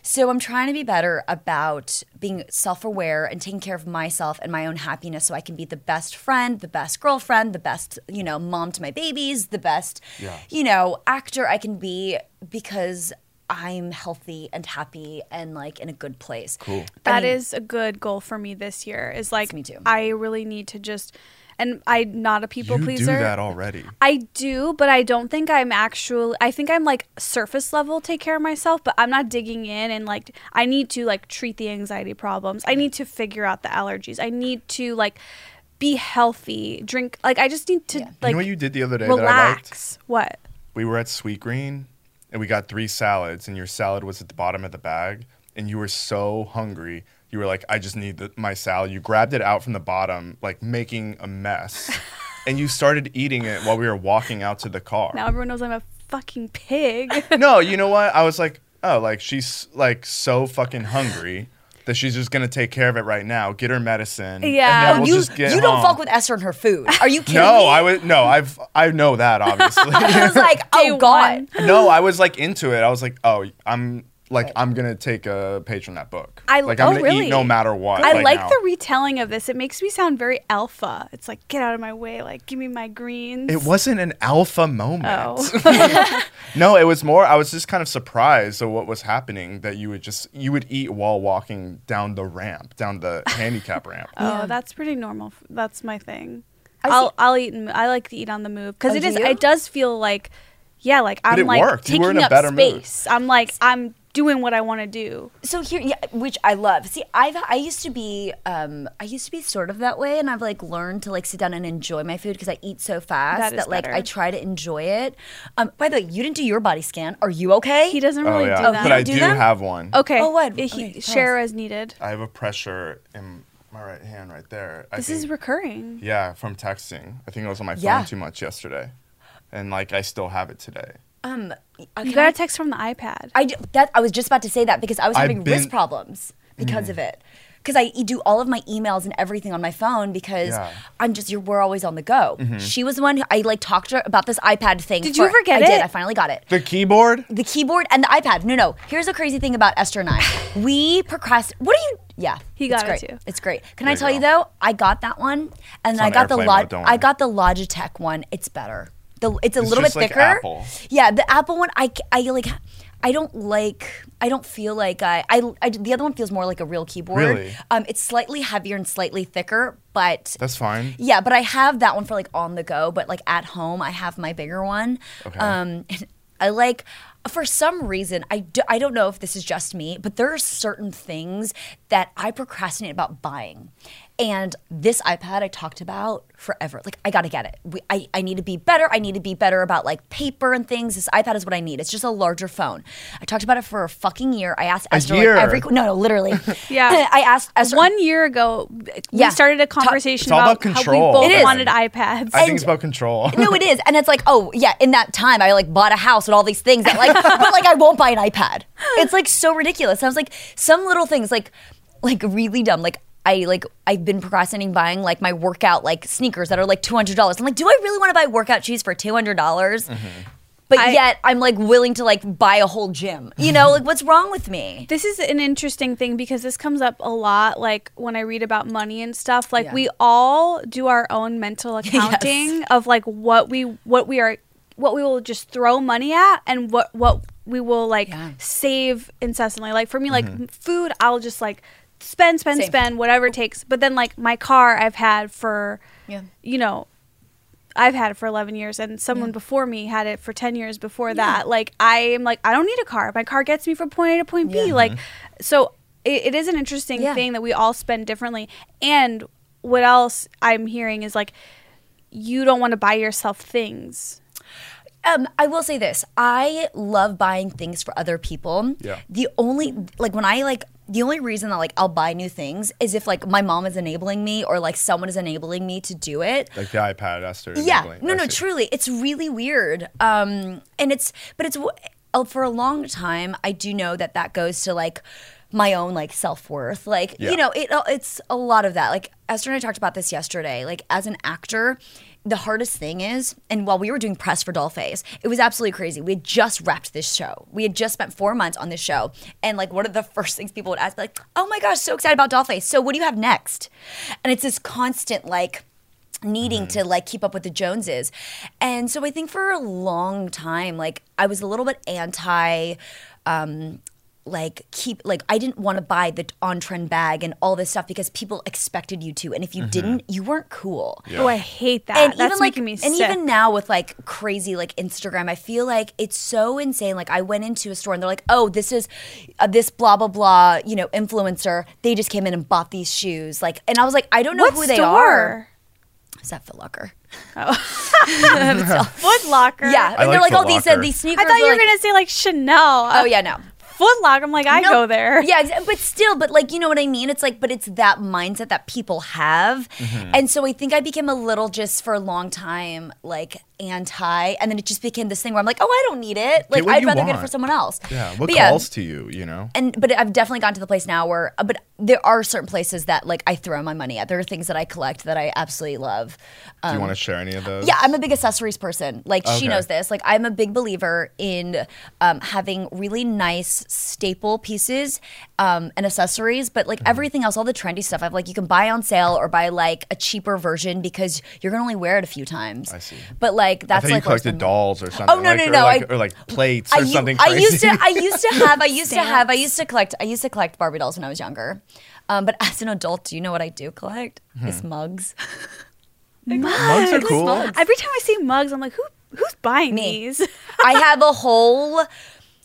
So I'm trying to be better about being self aware and taking care of myself and my own happiness so I can be the best friend, the best girlfriend, the best, you know, mom to my babies, the best,
Yeah.
you know, actor I can be because I'm healthy and happy and like in a good place.
Cool.
That is a good goal for me this year. Is like
Me too.
I really need to just, and I'm not a people
you
pleaser.
do that already.
I do, but I don't think I'm actually. I think I'm like surface level take care of myself, but I'm not digging in and like I need to like treat the anxiety problems. I need to figure out the allergies. I need to like be healthy, drink. Like I just need to
you
like
know what you did the other day that I liked?
relax. What?
we were at Sweet Green and we got three salads, and your salad was at the bottom of the bag, and you were so hungry. You were like, I just need the, my salad. You grabbed it out from the bottom, like making a mess, and you started eating it while we were walking out to the car.
Now everyone knows I'm a fucking pig.
No, you know what? I was like, oh, like she's like so fucking hungry that she's just gonna take care of it right now. Get her medicine.
Yeah.
And then
Oh,
we'll
you
just get
you don't
home."
fuck with Esther and her food. Are you kidding
No,
me?
I would. No, I've I know that obviously.
I was like,
Day
oh god.
one.
no, I was like into it. I was like, oh, I'm like I'm gonna take a page from that book.
I-
like I'm
oh,
gonna
really?
eat no matter what.
I
right
like
now.
the retelling of this. It makes me sound very alpha. It's like get out of my way. Like give me my greens.
it wasn't an alpha moment.
Oh.
No, it was more. I was just kind of surprised at what was happening. That you would just you would eat while walking down the ramp, down the handicap ramp.
Oh, that's pretty normal. F- That's my thing.
I
I'll
see-
I'll eat. And, I like to eat on the move because
Oh,
it
do
is.
you?
It does feel like, yeah, like I'm
it
like
worked. You
taking
were in a
up
better mood.
space. I'm like I'm doing what I want to do.
so here yeah, which i love see i've i used to be um i used to be sort of that way and i've like learned to like sit down and enjoy my food because i eat so fast
That is
like
better.
i try to enjoy it um by the way you didn't do your body scan are you okay
He doesn't
Oh
really
yeah,
do
but I
that.
Do
do
that?
have one.
okay.
Oh, what?
He-
Okay, tell
share as needed.
I have a pressure in my right hand, right there. I
This is
think-
recurring.
Yeah, from texting. I think I was on my phone
Yeah.
too much yesterday, and like I still have it today.
um
You
okay.
got a text from the iPad.
I d- that I was just about to say that because I was
I've
having wrist
been- Mm.
problems because of it. Because I do all of my emails and everything on my phone because
Yeah. Mm-hmm.
I'm just you're, we're always on the go. She was the one who, I like talked to her about this iPad thing.
Did you
for-
ever get
I did.
it?
I finally got it.
The keyboard?
The keyboard and the iPad. No, no. Here's the crazy thing about Esther and I. We procrastinate. What are you? Yeah,
He
it's
got it
great.
too.
It's great. Can
There
I
you
tell
go.
you though? I got that one, and then I
on
got the
airplane
Log-
mode, don't
I
worry.
got the Logitech one. It's better. The it's a
It's
little
just
bit
like
thicker.
apple.
Yeah, the apple one. I c- I like. I don't like. I don't feel like I, I. I- The other one feels more like a real keyboard.
Really?
Um, it's slightly heavier and slightly thicker, but
That's fine.
yeah, but I have that one for like on the go, but like at home, I have my bigger one.
Okay.
Um, and I like, for some reason, I, do, I don't know if this is just me, but there are certain things that I procrastinate about buying. And this iPad I talked about forever. Like, I gotta get it. We, I, I need to be better. I need to be better about like paper and things. This iPad is what I need. It's just a larger phone. I talked about it for a fucking year. I asked Esther like
year?
every no, no, literally.
Yeah.
I asked Esther
One year ago,
Yeah.
we started a conversation
It's all about
about, how we
control.
both
It
is.
wanted iPads.
I think it's about control.
no, it is, and it's like, oh yeah, in that time I like bought a house and all these things, that, like, but like I won't buy an iPad. It's like so ridiculous. I was like, some little things, like, like really dumb, like. I like I've been procrastinating buying like my workout like sneakers that are like two hundred dollars. I'm like, do I really want to buy workout shoes for two hundred dollars? But
I-
yet I'm like willing to like buy a whole gym. You know, like what's wrong with me?
this is an interesting thing because this comes up a lot like when i read about money and stuff like
Yeah.
we all do our own mental accounting of like what we what we are what we will just throw money at and what what we will like
Yeah. Mm-hmm.
save incessantly like for me like food i'll just like spend spend
Same.
spend whatever it takes but then like my car i've had for
Yeah.
you know I've had it for 11 years and someone before me had it for 10 years before that. Like I am like I don't need a car. My car gets me from point A to point B.
Yeah. Mm-hmm.
Like so it, it is an interesting
Yeah.
thing that we all spend differently. And what else I'm hearing is like you don't want to buy yourself things.
Um, I will say this: I love buying things for other people.
Yeah.
The only like when I like the only reason that like I'll buy new things is if like my mom is enabling me or like someone is enabling me to do it.
like the iPad, Esther.
Yeah.
enabling.
No,
I
no,
see.
truly. It's really weird. Um and it's but it's uh, for a long time I do know that that goes to like my own like self-worth. Like,
Yeah.
you know, it uh, it's a lot of that. Like Esther and I talked about this yesterday. Like as an actor, the hardest thing is, and while we were doing press for Dollface, it was absolutely crazy. We had just wrapped this show. We had just spent four months on this show. And like one of the first things people would ask, like, oh my gosh, so excited about Dollface. So what do you have next? And it's this constant like needing to like keep up with the Joneses. And so I think for a long time, like I was a little bit anti um like keep like I didn't want to buy the on trend bag and all this stuff because people expected you to. And if you
Mm-hmm.
didn't, you weren't cool.
Oh, I hate that.
And
That's
even like,
making me
and
sick.
even now with like crazy like Instagram, I feel like it's so insane. Like I went into a store and they're like, "Oh, this is uh, this blah blah blah, you know, influencer. They just came in and bought these shoes." Like, and I was like, I don't know
what
who
store?
they are. Is that Foot Locker?
Foot Locker.
Yeah,
I
and they're like,
like Foot
all these
Locker.
uh, these sneakers.
I thought you were
like-
going to say like Chanel.
Oh yeah, no.
Foot Locker. I'm like I
No,
go there.
Yeah, exa- but still, but like you know what I mean. It's like, but it's that mindset that people have,
Mm-hmm.
and so I think I became a little just for a long time like anti, and then it just became this thing where I'm like, oh, I don't need it. Like
what
I'd
you
rather get it for
want.
someone else.
Yeah. What
But
calls to you? You know.
and but I've definitely gotten to the place now where uh, but there are certain places that like I throw my money at. There are things that I collect that I absolutely love.
Do you want to share any of those?
Um, Yeah, I'm a big accessories person. Like she
Okay.
knows this. Like I'm a big believer in um, having really nice staple pieces um, and accessories, but
Mm-hmm.
like everything else, all the trendy stuff, I've like you can buy on sale or buy like a cheaper version because you're gonna only wear it a few times. I
see.
But like
I
that's
thought you
like where I
collected
spend my-
dolls or something.
no,
like,
no,
or
no,
Like,
I-
or like plates
I
or
u-
something
I
crazy.
used to I used to have I used to have I used to collect I used to collect Barbie dolls when I was younger. Um, but as an adult, do you know what I do collect?
Hmm.
Is mugs.
Mugs are cool.
Every time I see mugs, I'm like, who who's buying
Me.
these?
I have a whole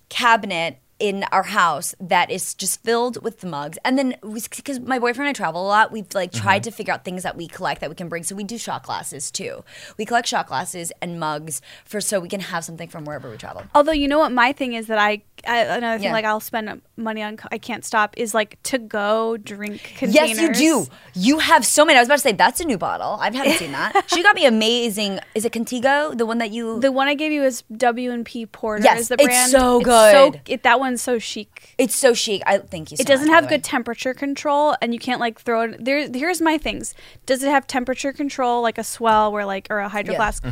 cabinet in our house that is just filled with mugs. And then because my boyfriend and I travel a lot, we've like tried to figure out things that we collect that we can bring. So we do shot glasses too. We collect shot glasses and mugs for so we can have something from wherever we travel.
Although you know what my thing is that I, I another thing
Yeah.
like I'll spend money on I can't stop is like to go drink containers.
Yes, you do. You have so many. I was about to say that's a new bottle. I haven't seen that. she got me amazing. Is it Contigo? The one that you
The one I gave you is W and P Porter.
Yes,
is the
it's
brand.
so
so-
good.
it, that one's so chic.
It's so chic. I thank you so
It doesn't
much, by
have
the way.
good temperature control, and you can't like throw it. There, here's my things. Does it have temperature control, like a swell, where like or a hydro
Yeah.
flask?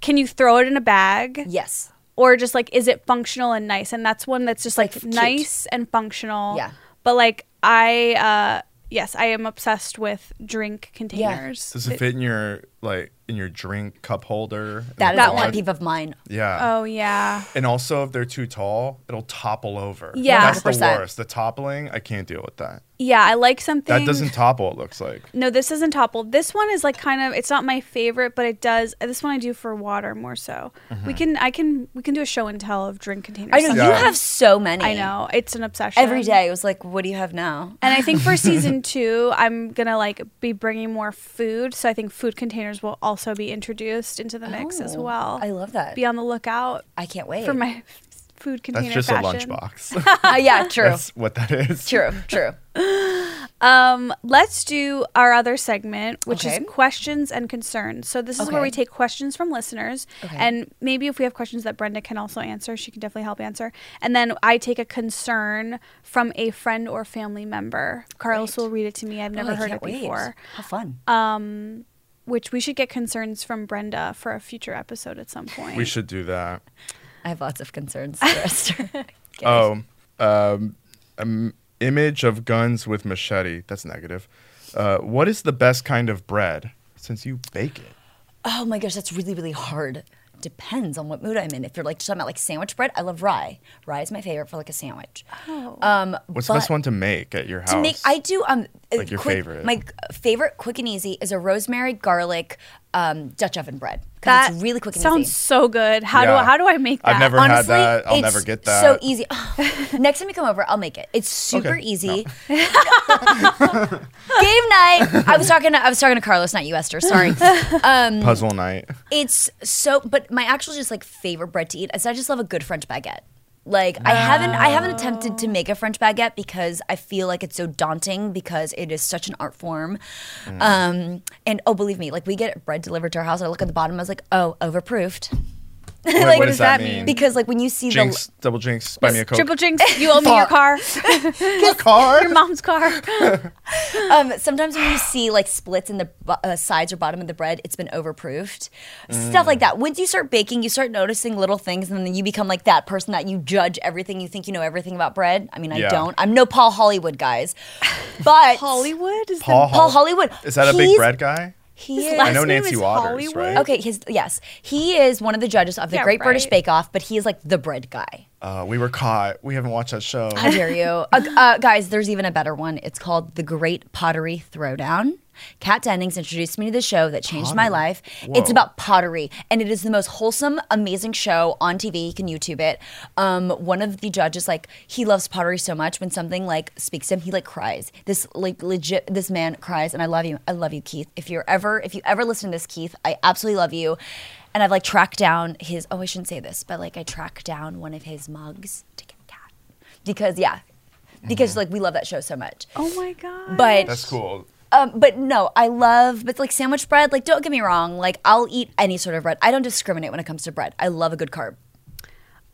Can you throw it in a bag?
Yes.
or just like is it functional and nice and that's one that's just like,
Like, cute.
nice and functional
Yeah.
but like i uh yes i am obsessed with drink containers
Does it fit in your like? in your drink cup holder. in the
That is
That
a
one.
pet peeve of mine.
Yeah.
Oh yeah.
and also, if they're too tall, it'll topple over.
Yeah.
That's the
100%.
worst. The toppling, I can't deal with that.
Yeah, I like something.
That doesn't topple. It looks like.
No, this isn't toppled. This one is like kind of. It's not my favorite, but it does. uh, This one I do for water more so.
Mm-hmm.
We can. I can. We can do a show and tell of drink containers.
I know
sometime.
you
Yeah.
have so many.
I know it's an obsession.
Every day it was like, what do you have now?
And I think for season two, I'm gonna like be bringing more food, so I think food containers will also be introduced into the mix as
Oh,
well.
I love that.
Be on the lookout
I can't wait.
for my food container.
That's just
fashion.
a lunchbox.
Uh, yeah, true.
That's what that is.
True, true.
Um, let's do our other segment, which
Okay.
is questions and concerns. So this is where
Okay.
we take questions from listeners,
Okay.
and maybe if we have questions that Brenda can also answer, she can definitely help answer. And then I take a concern from a friend or family member. Carlos will read it to me. I've never
Oh, I
heard it
can't wait.
before. Uh,
How fun.
Which we should get concerns from Brenda for a future episode at some point.
We should do that.
I have lots of concerns for Esther.
Oh, um, um, image of guns with machete. That's negative. Uh, what is the best kind of bread? Since you bake it.
Oh my gosh, that's really, really hard. Depends on what mood I'm in. If you're like just talking about like sandwich bread, I love rye. Rye is my favorite for like a sandwich.
Oh.
Um,
What's
but
the best one to make at your house?
to make? I do um uh,
Like your
quick-
favorite.
My favorite quick and easy is a rosemary garlic um, Dutch oven bread. 'Cause
that
it's really quick and
sounds
easy.
so good. How do
Yeah.
I, how do I make that?
I've never had
Honestly,
that. I'll
it's
never get that.
So easy. Oh, Next time you come over, I'll make it. It's super
Okay.
easy. Game night. I was talking. To, I was talking to Carlos, not you, Esther. Sorry.
Puzzle night.
It's so, but my actual just like favorite bread to eat is I just love a good French baguette. Like I haven't, I haven't attempted to make a French baguette because I feel like it's so daunting because it is such an art form.
Mm.
Um, and oh, believe me, like we get bread delivered to our house. I look at the bottom. I was like, oh, overproofed.
Wait,
Like,
what does that, mean?
Because like when you see
jinx, double jinx, buy me a coke.
Triple jinx. You owe me your
Fuck.
car,
My car.
your mom's car.
the um, sometimes when you see like splits in the bo- uh, sides or bottom of the bread, it's been overproofed. Stuff like that. Once you start baking, you start noticing little things, and then you become like that person that you judge everything. You think you know everything about bread. I mean, I
Yeah.
don't. I'm no Paul Hollywood, guys. But
Hollywood is
Paul,
the
Paul
Hol-
Hollywood.
Is that a big
He's-
bread guy?
He
His
is.
last
I know
name
Nancy
is
Waters,
Hollywood?
right?
Okay, his yes, he is one of the judges of the
Yeah,
Great British
right.
Bake Off, but he is like the bread guy.
Uh, we were caught. We haven't watched that show.
How dare you? Uh, uh, guys, there's even a better one. It's called The Great Pottery Throwdown. Kat Dennings introduced me to the show that changed my
Pottery?
life. It's
Whoa.
about pottery, and it is the most wholesome, amazing show on TV. You can YouTube it. Um, one of the judges, like, he loves pottery so much. When something like speaks to him, he like cries. This like legit, this man cries, and I love you. I love you, Keith. If you're ever, if you ever listen to this, Keith, I absolutely love you. And I've like tracked down his. Oh, I shouldn't say this, but like I tracked down one of his mugs to get Kat because yeah because like we love that show so much
Oh my god.
but
That's cool.
um, but no i love but like sandwich bread like don't get me wrong like i'll eat any sort of bread i don't discriminate when it comes to bread i love a good carb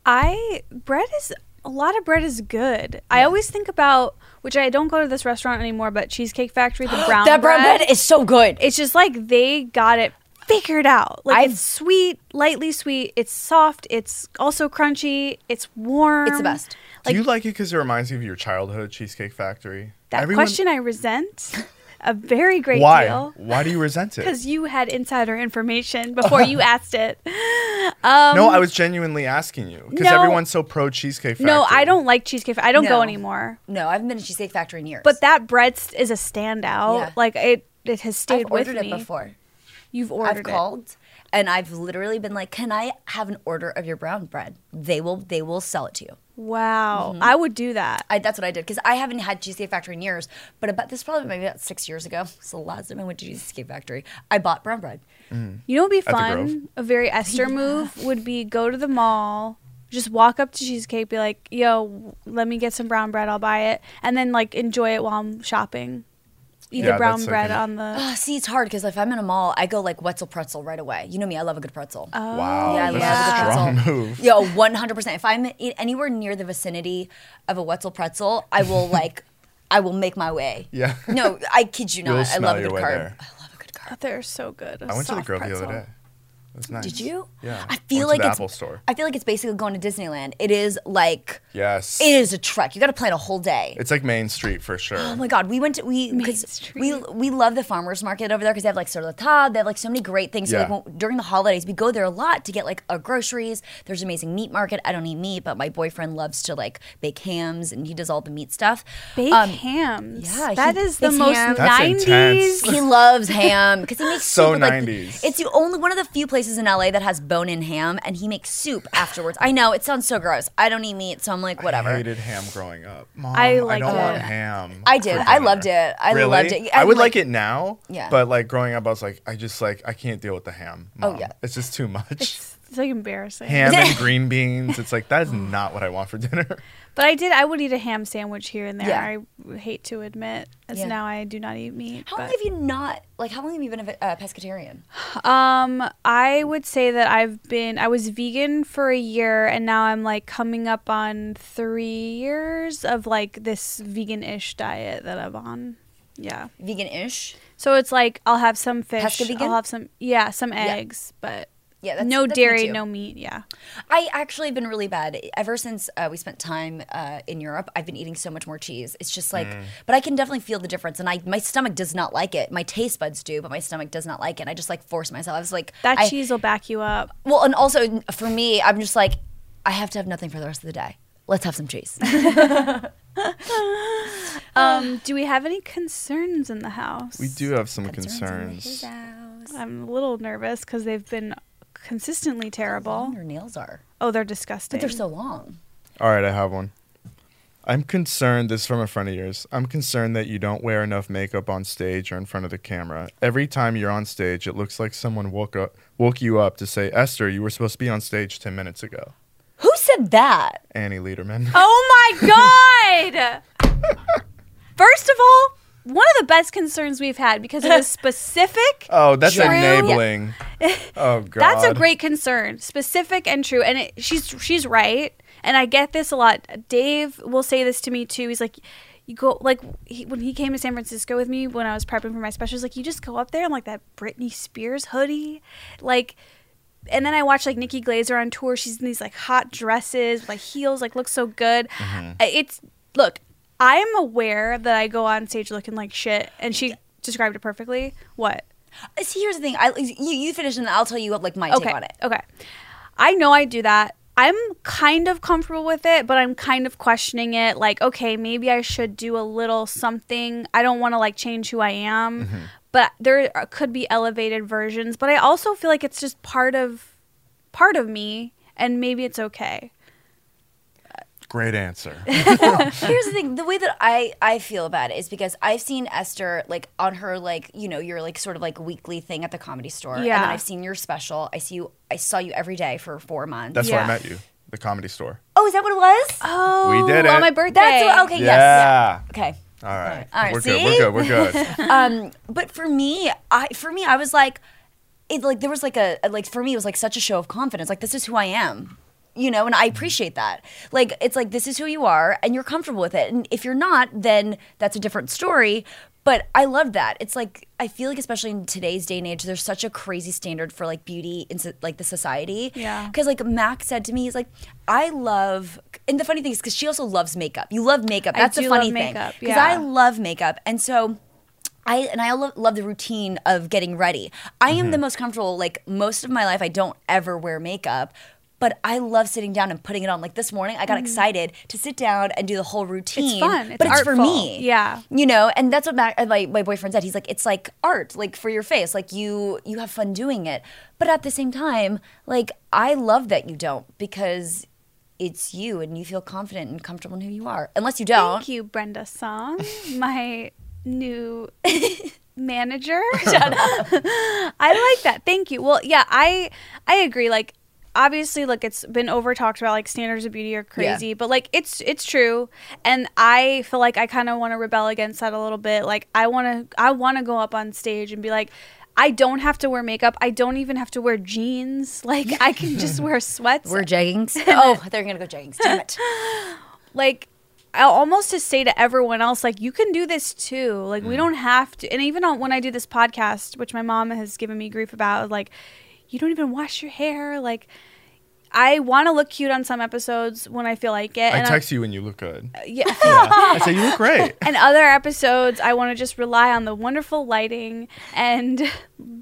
I bread is a lot of bread is good. I always think about which I don't go to this restaurant anymore, but Cheesecake Factory, the brown
that brown bread is so good
It's just like they got it figured out. Like
I've-
it's sweet, lightly sweet. It's soft. It's also crunchy. It's warm.
it's the best
Like
Do you like it because it reminds you of your childhood, Cheesecake Factory?
that
Everyone-
question, I resent a very great
Why?
deal
Why do you resent it?
because you had insider information before you asked it.
no,
Um,
I was genuinely asking you because
no.
everyone's so pro Cheesecake Factory.
No, I don't like Cheesecake. I don't go
No.
anymore.
no i haven't been to cheesecake factory in years
But that bread st- is a standout.
Yeah.
Like it, it has
i've
stayed with
ordered
me.
it before
You've
i've
ordered it.
called and i've literally been like can i have an order of your brown bread they will they will sell it to you
Wow,
Mm-hmm.
I would do that.
I, that's what I did because I haven't had Cheesecake Factory in years. But about this probably maybe about six years ago. It's the last time I went to Cheesecake Factory. I bought brown bread.
You know, what would be
At the Grove.
fun. A very Esther move would be go to the mall, just walk up to Cheesecake, be like, "Yo, let me get some brown bread. I'll buy it," and then like enjoy it while I'm shopping. Eat the
Yeah,
brown
that's like
bread
an-
on the.
Oh, see, it's hard because if I'm in a mall, I go like Wetzel pretzel right away. You know me, I love a good pretzel.
Oh,
Wow,
yeah, I
Oh, that's
love
a
the
strong move.
Yo, 100%. If I'm in anywhere near the vicinity of a Wetzel pretzel, I will like, I will make my way.
Yeah.
No, I kid you
You'll
not. I
smell
love a
your
good
way
carb.
there.
I love a good carb.
They're so good.
I went to the Grove
girl
the other day. That's nice.
Did you?
Yeah.
I feel like
Went to the
it's
Apple Store.
I feel like it's basically going to Disneyland. It is like
Yes.
it is a trek. You got to plan a whole day.
It's like Main Street for sure.
Oh my God, we went to we because we
Street.
we love the farmers market over there because they have like Sorlata, they have like so many great things. So
Yeah.
like, when- during the holidays, we go there a lot to get like our groceries. There's amazing meat market. I don't eat meat, but my boyfriend loves to like bake hams and he does all the meat stuff.
Baked
Um,
hams.
yeah,
that
he
is the
bakes
most
hams.
That's
90s.
intense.
He loves ham because he makes
So
soup with, like,
90s.
it's the only one of the few places in LA that has bone-in ham, and he makes soup afterwards. I know it sounds so gross. I don't eat meat, so I'm like whatever.
I hated ham growing up. Mom,
I
I,
liked
don't want
it.
ham.
I did.
for
I loved
dinner.
it. I
Really?
loved it. I
I, would like,
like-
it now.
Yeah.
But like growing up, I was like, I just like I can't deal with the ham.
Oh,
Mom.
yeah.
It's just too much.
It's like embarrassing.
ham and green beans. It's like that is not what I want for dinner.
But I did. I would eat a ham sandwich here and there.
Yeah.
I hate to admit, as
Yeah.
now I do not eat meat.
how long
but,
have you not like? How long have you been a ve- uh, pescatarian?
Um, I would say that I've been. I was vegan for a year, and now I'm like coming up on three years of like this vegan-ish diet that I'm on. Yeah.
Vegan-ish.
So it's like I'll have some fish.
Pesca vegan?
I'll have some. Yeah, some eggs, but.
Yeah, that's-
no
that's me
dairy,
too.
no meat. Yeah,
I actually have been really bad ever since uh, we spent time uh, in Europe. I've been eating so much more cheese. It's just like, but I can definitely feel the difference, and I my stomach does not like it. My taste buds do, but my stomach does not like it. And I just like force myself. I was like,
that
I-
cheese will back you up.
Well, and also for me, I'm just like, I have to have nothing for the rest of the day. Let's have some cheese.
Um, do we have any concerns in the house?
We do have some
Concerns
concerns.
in the house.
I'm a little nervous because they've been consistently
Long
terrible.
Your nails are,
Oh, they're disgusting.
but they're so long.
All right, I have one. I'm concerned. This is from a friend of yours. I'm concerned that you don't wear enough makeup on stage or in front of the camera. Every time you're on stage, it looks like someone woke up, woke you up to say, "Esther, you were supposed to be on stage ten minutes ago."
Who said that?
Annie Lederman.
Oh my god! First of all, one of the best concerns we've had because it was specific.
Oh, that's
True.
enabling. Oh god.
That's a great concern, specific and true. And it, she's she's right. And I get this a lot. Dave will say this to me too. He's like. You go like he, when he came to San Francisco with me when I was prepping for my special. He's like, you just go up there and like that Britney Spears hoodie, like and then I watch like Nikki Glazer on tour. She's in these like hot dresses, with, like heels, like looks so good. I- It's look, I am aware that I go on stage looking like shit, and she described it perfectly. What?
Uh, See, here's the thing. I you, you finish and I'll tell you what like my
Okay,
take on it.
okay. I know I do that. I'm kind of comfortable with it, but I'm kind of questioning it. Like, okay, maybe I should do a little something. I don't want to like change who I am,
Mm-hmm.
but there are- could be elevated versions. But I also feel like it's just part of part of me, and maybe it's okay.
Great answer.
Here's the thing: the way that I I feel about it is because I've seen Esther like on her like you know your like sort of like weekly thing at the comedy store, and
Yeah.
then I've seen your special. I see you. I saw you every day for four months.
That's Uh, where
Yeah.
I met you, the comedy store.
oh, is that what it was?
Oh,
We did
on
it.
my birthday.
That's what, okay. Yes.
Yeah.
Okay.
All right.
All right,
We're
see?
good. We're good. We're good.
um, but for me, I for me, I was like, it like there was like a like for me, it was like such a show of confidence. Like this is who I am, you know, and
Mm-hmm.
I appreciate that. Like it's like this is who you are, and you're comfortable with it. And if you're not, then that's a different story. But I love that. It's like I feel like especially in today's day and age, there's such a crazy standard for like beauty in so- like the society.
Yeah.
Because like Mac said to me, he's like, I love. And the funny thing is, because she also loves makeup. You love makeup.
I
That's the
do love
funny thing.
makeup,
Because I
yeah.
love makeup, and so I and I love, love the routine of getting ready. I am
Mm-hmm.
the most comfortable. Like most of my life, I don't ever wear makeup. But I love sitting down and putting it on. Like this morning, I got excited to sit down and do the whole routine.
fun. Mm-hmm. It's
but it's for
artful.
me.
Yeah.
you know, and that's what Mac, uh, my my boyfriend said. He's like, it's like art, like for your face. Like you you have fun doing it. But at the same time, like I love that you don't because it's you and you feel confident and comfortable in who you are. Unless you don't,
Thank you, Brenda Song, my new manager. I like that. Thank you. Well, yeah, I I agree. Like, obviously, like it's been over talked about. Like standards of beauty are crazy, but like it's it's true. And I feel like I kind of want to rebel against that a little bit. Like I want to I want to go up on stage and be like. I don't have to wear makeup. I don't even have to wear jeans. Like I can just wear sweats.
We're jeggings. oh, they're gonna go jeggings. Damn it.
like I almost to say to everyone else like you can do this too
Mm.
like we don't have to and even on, when i do this podcast which my mom has given me grief about like you don't even wash your hair. Like, I want to look cute on some episodes when I feel like it.
I
and
text you and you look good.
I, yeah.
Yeah. I say you look great.
and other episodes, I want to just rely on the wonderful lighting and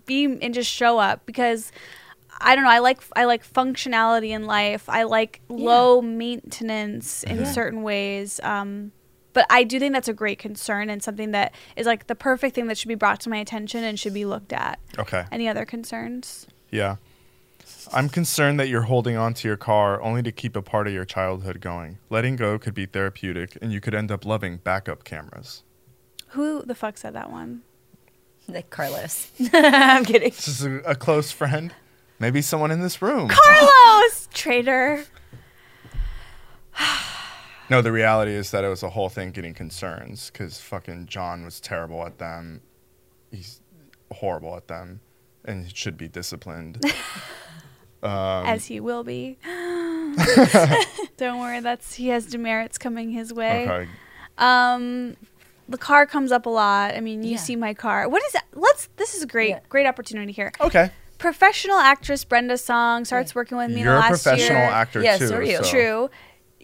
be and just show up because I don't know. I like I like functionality in life. I like low maintenance in
Yeah.
certain ways. Um, but I do think that's a great concern and something that is like the perfect thing that should be brought to my attention and should be looked at.
Okay.
Any other concerns?
Yeah. I'm concerned that you're holding on to your car only to keep a part of your childhood going. Letting go could be therapeutic, and you could end up loving backup cameras.
Who the fuck said that one?
Like Carlos. I'm kidding.
This is a, a close friend, maybe someone in this room.
Carlos, traitor.
No, the reality is that it was a whole thing getting concerns because fucking John was terrible at them. He's horrible at them, and he should be disciplined.
as he will be. Don't worry, that's he has demerits coming his way.
okay.
Um, the car comes up a lot. I mean, you
Yeah.
see my car. What is that? Let's. This is a great,
Yeah.
great opportunity here.
Okay.
Professional actress Brenda Song starts working with me in
You're
the
a
last
professional
year.
actor
Yeah,
too.
so are you.
so-
True.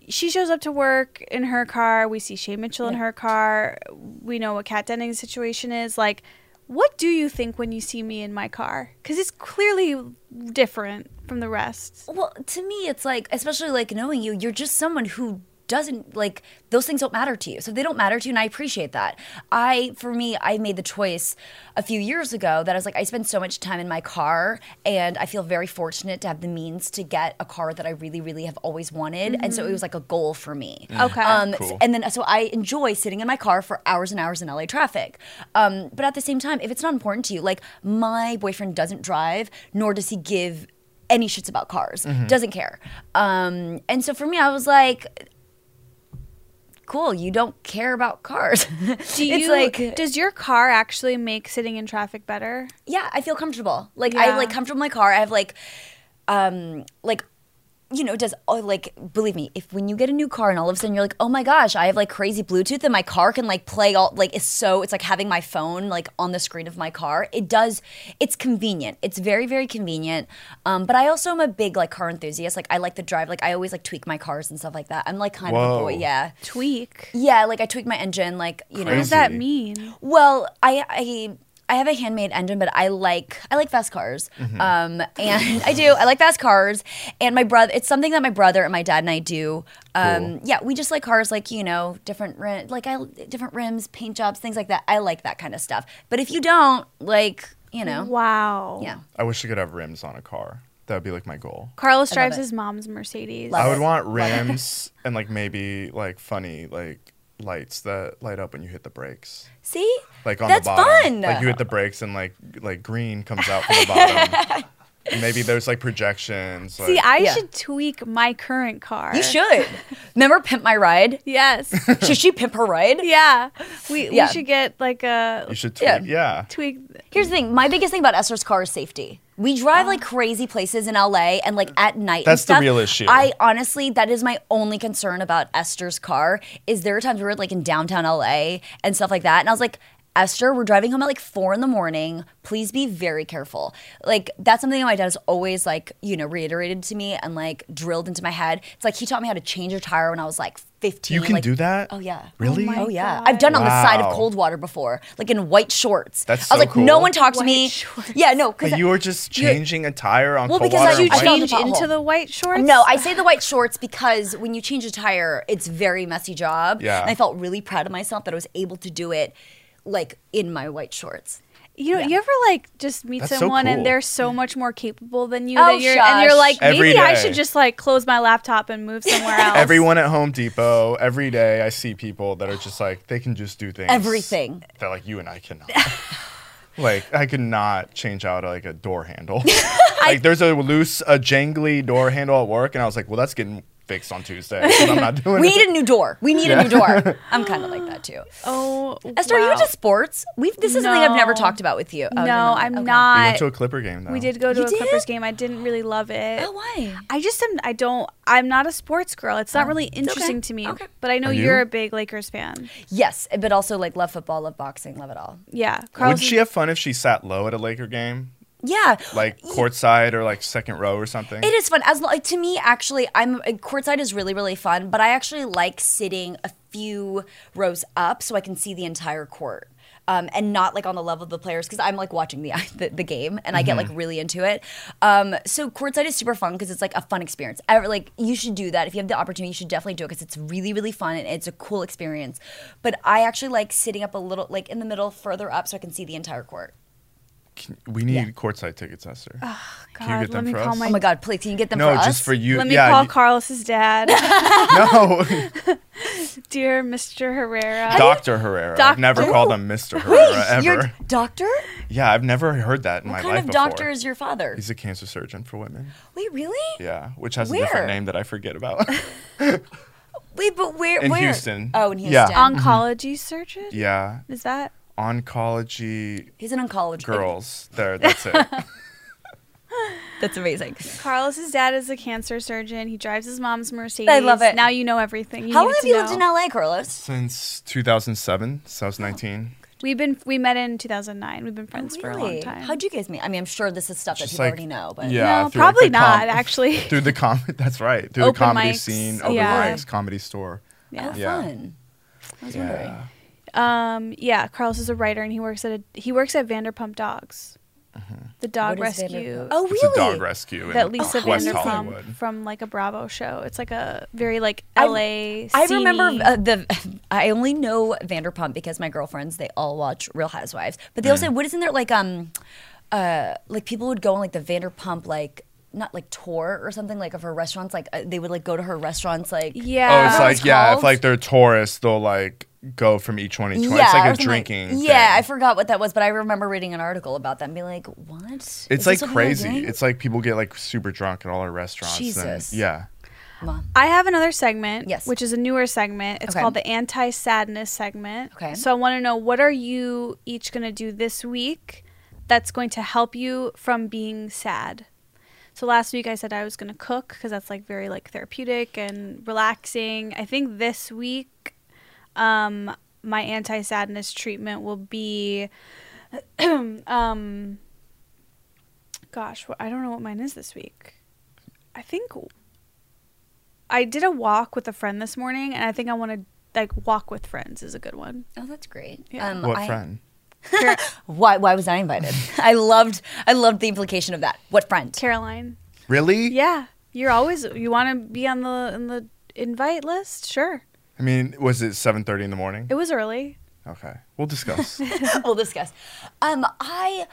She shows up to work in her car. We see Shay Mitchell in
Yeah.
her car. We know what Kat Denning's situation is. Like, what do you think when you see me in my car? Because it's clearly different from the rest.
Well, to me, it's like, especially like knowing you, you're just someone who doesn't like those things don't matter to you. So they don't matter to you, and I appreciate that. I, for me, I made the choice a few years ago that I was like, I spend so much time in my car, and I feel very fortunate to have the means to get a car that I really, really have always wanted. And so it was like a goal for me.
Okay.
Um,
Cool.
And then, so I enjoy sitting in my car for hours and hours in LA traffic. Um, but at the same time, if it's not important to you, like my boyfriend doesn't drive, nor does he give any shits about cars, doesn't care. Um, and so for me, I was like, cool, you don't care about cars.
Do
it's
you,
like,
does your car actually make sitting in traffic better?
yeah, I feel comfortable. Like,
Yeah.
I like comfortable in my car. I have like, um, like, you know, does oh, like believe me, if when you get a new car and all of a sudden you're like, oh my gosh, I have like crazy Bluetooth and my car can like play all like it's so it's like having my phone like on the screen of my car. It does, it's convenient. It's very very convenient. Um, but I also am a big like car enthusiast. Like I like to drive. Like I always like tweak my cars and stuff like that. I'm like kind of a
Whoa.
boy. Yeah,
Tweak.
yeah. Like I tweak my engine. Like you
What
know,
does that
Crazy.
mean?
well, I I I have a handmade engine, but I like I like fast cars.
Mm-hmm.
Um, and I do I like fast cars. And my brother, it's something that my brother and my dad and I do. Um,
Cool.
yeah, we just like cars, like you know, different rim, like I different rims, paint jobs, things like that. I like that kind of stuff. But if you don't, like you know,
Wow.
yeah,
I wish I could have rims on a car. That would be like my goal.
Carlos drives
it.
his mom's Mercedes.
Love
I would
it.
want rims and like maybe like funny like lights that light up when you hit the brakes.
see,
Like on
that's
the bottom.
fun.
Like you hit the brakes and like like green comes out from the bottom. And maybe there's like projections. Like,
See, I
Yeah.
should tweak my current car.
you should remember pimp my ride.
Yes.
should she pimp her ride?
yeah. We
Yeah.
we should get like a
you should tweet.
Yeah.
Yeah.
tweak.
Here's the thing. My biggest thing about Esther's car is safety. We drive like crazy places in LA and like at night. and
Ah. That's the
stuff.
real issue.
I honestly, that is my only concern about Esther's car. Is there are times we were like in downtown LA and stuff like that, and I was like. Esther, we're driving home at like four in the morning. Please be very careful. Like that's something that my dad has always like you know reiterated to me and like drilled into my head. It's like he taught me how to change a tire when I was like fifteen.
You can
like-
do that?
Oh yeah.
Really?
my-
Oh yeah,
God.
I've done it on the side of
Wow.
Coldwater before, like in white shorts.
That's
I was
so
like, no
cool.
one talked to
White
me.
shorts.
Yeah, no, because
But you were just changing a tire on
Well,
cold
because
water
I-
You
and
I
white-
fell in
change
the pothole.
into the white shorts?
no, I say the white shorts because when you change a tire, it's very messy job.
Yeah.
and I felt really proud of myself that I was able to do it, like in my white shorts.
You know,
Yeah.
you ever like just meet
That's so
someone and
cool.
they're so much more capable than you,
Oh,
that you're, and you're
shush.
like,
Every
maybe I
day.
should just like close my laptop and move somewhere else.
Everyone at Home Depot, every day I see people that are just like they can just do things.
Everything.
That like you and I cannot. like I could not change out like a door handle. like there's a loose, a jangly door handle at work, and I was like, well, that's getting fixed on Tuesday. 'cause I'm not doing
We
it.
need a new door. We need a new door. I'm kind of like that too.
Oh,
Esther, are you
wow.
into sports? We've this is something I've never
No.
talked about with you. Oh,
No,
never mind.
I'm
Okay.
not.
we went to a Clipper game though.
We did go to
You
a
did?
Clippers game. I didn't really love it.
Oh, why?
I just am. I don't. I'm not a sports girl. It's not really interesting to me.
Oh, Okay.
But I know
Are you?
you're a big Lakers fan.
Yes, but also like love football, love boxing, love it all.
Yeah, Carlos.
Would she have fun if she sat low at a Laker game?
Yeah.
like courtside or like second row or something.
It is fun. As lo- like, to me, actually, I'm uh, courtside is really really fun, but I actually like sitting a few rows up so I can see the entire court. Um, and not like on the level of the players because I'm like watching the, the the game and I get
Mm-hmm.
like really into it. Um, so courtside is super fun because it's like a fun experience. I, like you should do that if you have the opportunity. You should definitely do it because it's really really fun and it's a cool experience. But I actually like sitting up a little like in the middle further up so I can see the entire court.
Can- we need courtside tickets, Esther.
God,
you get
let
them
me
for
call
us?
my.
Oh my god! Please, can you get them
no,
for us?
just for you.
let me
yeah,
call
you-
Carlos's dad,
No,
dear Mr. Herrera.
Doctor Herrera. I've never
Doctor?
called him Mister Herrera ever.
Your doctor?
Yeah, I've never heard that in my
What
life
kind of
before.
doctor is your father?
He's a cancer surgeon for women.
Wait, really?
Yeah, which has a different
Where?
name that I forget about.
Wait, but where?
In
where?
Houston.
Oh, in Houston.
Yeah.
Oncology surgeon?
yeah,
Is that?
oncology
He's an oncologist.
girls. There, that's it.
That's amazing.
Carlos's dad is a cancer surgeon. He drives his mom's Mercedes.
I love it.
Now you know everything. You
How long
needed
have
to
you lived
know.
in LA, Carlos?
Since 2007, so I
Oh,
was 19.
We've been we met in 2009. We've been friends for a long
Really?
time.
How'd you guys meet? I mean, I'm sure this is stuff that
Just
people
like-
already know, but
Yeah,
no,
through, like,
probably
the
not
com-
actually.
Through the comedy, that's right. Through
Open
the comedy
mics.
scene, open
Yeah.
mics, comedy store.
oh,
Yeah.
fun. I was wondering.
Um, yeah, Carlos is a writer and he works at a he works at Vanderpump Dogs, the dog
What is
rescue.
Vanderpump? Mm-hmm. Oh, really?
It's a dog rescue in
that Lisa
West
Vanderpump
Hollywood.
from like a Bravo show. It's like a very like
I-
LA.
I remember
scene-y-
uh, the. I only know Vanderpump because my girlfriends they all watch Real Housewives, but they also what isn't there like um, uh, like people would go on like the Vanderpump like not like tour or something like of her restaurants like uh, they would like go to her restaurants like
yeah.
oh, it's like
it's
yeah,
called?
if like they're tourists, they'll like go from each one each one.
Yeah,
it's
or
like a
something
drinking.
yeah,
thing.
I forgot what that was, but I remember reading an article about that and being like, "What? It's
it's like crazy. It's like people get like super drunk at all our restaurants. and-
Jesus.
yeah.
I have another segment,
Yes.
which is a newer segment. It's
Okay.
called the anti sadness segment.
Okay.
So I want to know what are you each going to do this week that's going to help you from being sad. So last week I said I was going to cook because that's like very like therapeutic and relaxing. I think this week, um, my anti sadness treatment will be, um, gosh, what, I don't know what mine is this week. I think I did a walk with a friend this morning, and I think I want to like walk with friends is a good one.
oh, that's great.
Yeah.
Um,
What
I-
friend?
Car-
Why? Why was I invited? I loved. I loved the implication of that. What friend?
Caroline,
Really?
yeah, you're always you want to be on the on the invite list. Sure,
I mean, was it 7:30 in the morning?
it was early.
Okay, we'll discuss.
we'll discuss. Um, I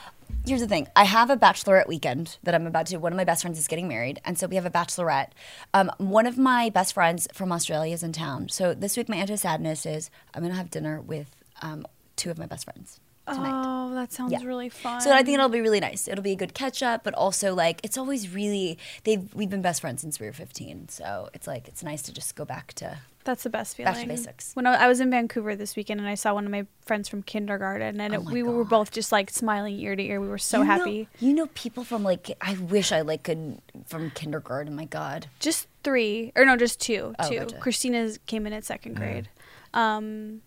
here's the thing. I have a bachelorette weekend that I'm about to. One of my best friends is getting married, and so we have a bachelorette. Um, one of my best friends from Australia is in town. So this week, my anti sadness is I'm gonna have dinner with um, two of my best friends tonight.
Oh, that sounds
Yeah.
really fun.
So I think it'll be really nice. It'll be a good catch up, but also like it's always really they have we've been best friends since we were 15. So it's like it's nice to just go back to
that's the best feeling.
Back to basics.
When I, I was in Vancouver this weekend, and I saw one of my friends from kindergarten, and it,
my
we were
God.
both just like smiling ear to ear. We were so
You know-
happy.
you know people from like I wish I like could from kindergarten. My God.
Just three, or no, just two.
Oh,
two.
gotcha.
Christina came in at second grade. Um,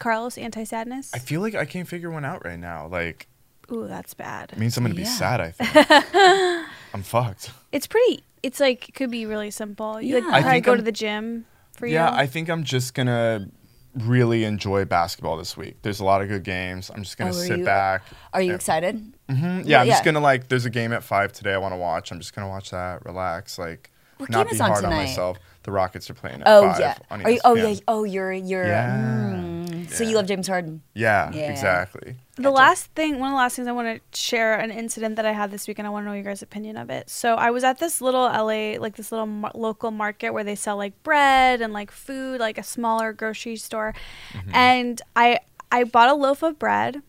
Carlos, anti sadness.
I feel like I can't figure one out right now. Like,
Ooh, that's bad.
it means I'm gonna be
Yeah.
sad. I think I'm fucked.
It's pretty. It's like it could be really simple. You
Yeah.
like
I
probably
think
go to
I'm-
the gym for
yeah,
you.
I think I'm just gonna really enjoy basketball this week. There's a lot of good games. I'm just gonna
Oh, are
sit
you-
back.
Are you
Yeah.
excited?
hmm Yeah, I'm just
yeah.
gonna like. There's a game at five today. I want to watch. I'm just gonna watch that. Relax. Like,
What
not
game is
be
on
hard on
tonight?
myself. The Rockets are playing at
Oh
five
yeah.
on E
Are you, oh yeah.
ESPN.
Oh you're you're.
Yeah.
mm. So you
Yeah.
love James Harden.
Yeah,
Yeah.
exactly.
the
Gotcha.
last thing, one of the last things I want to share an incident that I had this week, and I want to know your guys' opinion of it. So I was at this little LA, like this little mar- local market where they sell like bread and like food, like a smaller grocery store,
Mm-hmm.
and I I bought a loaf of bread,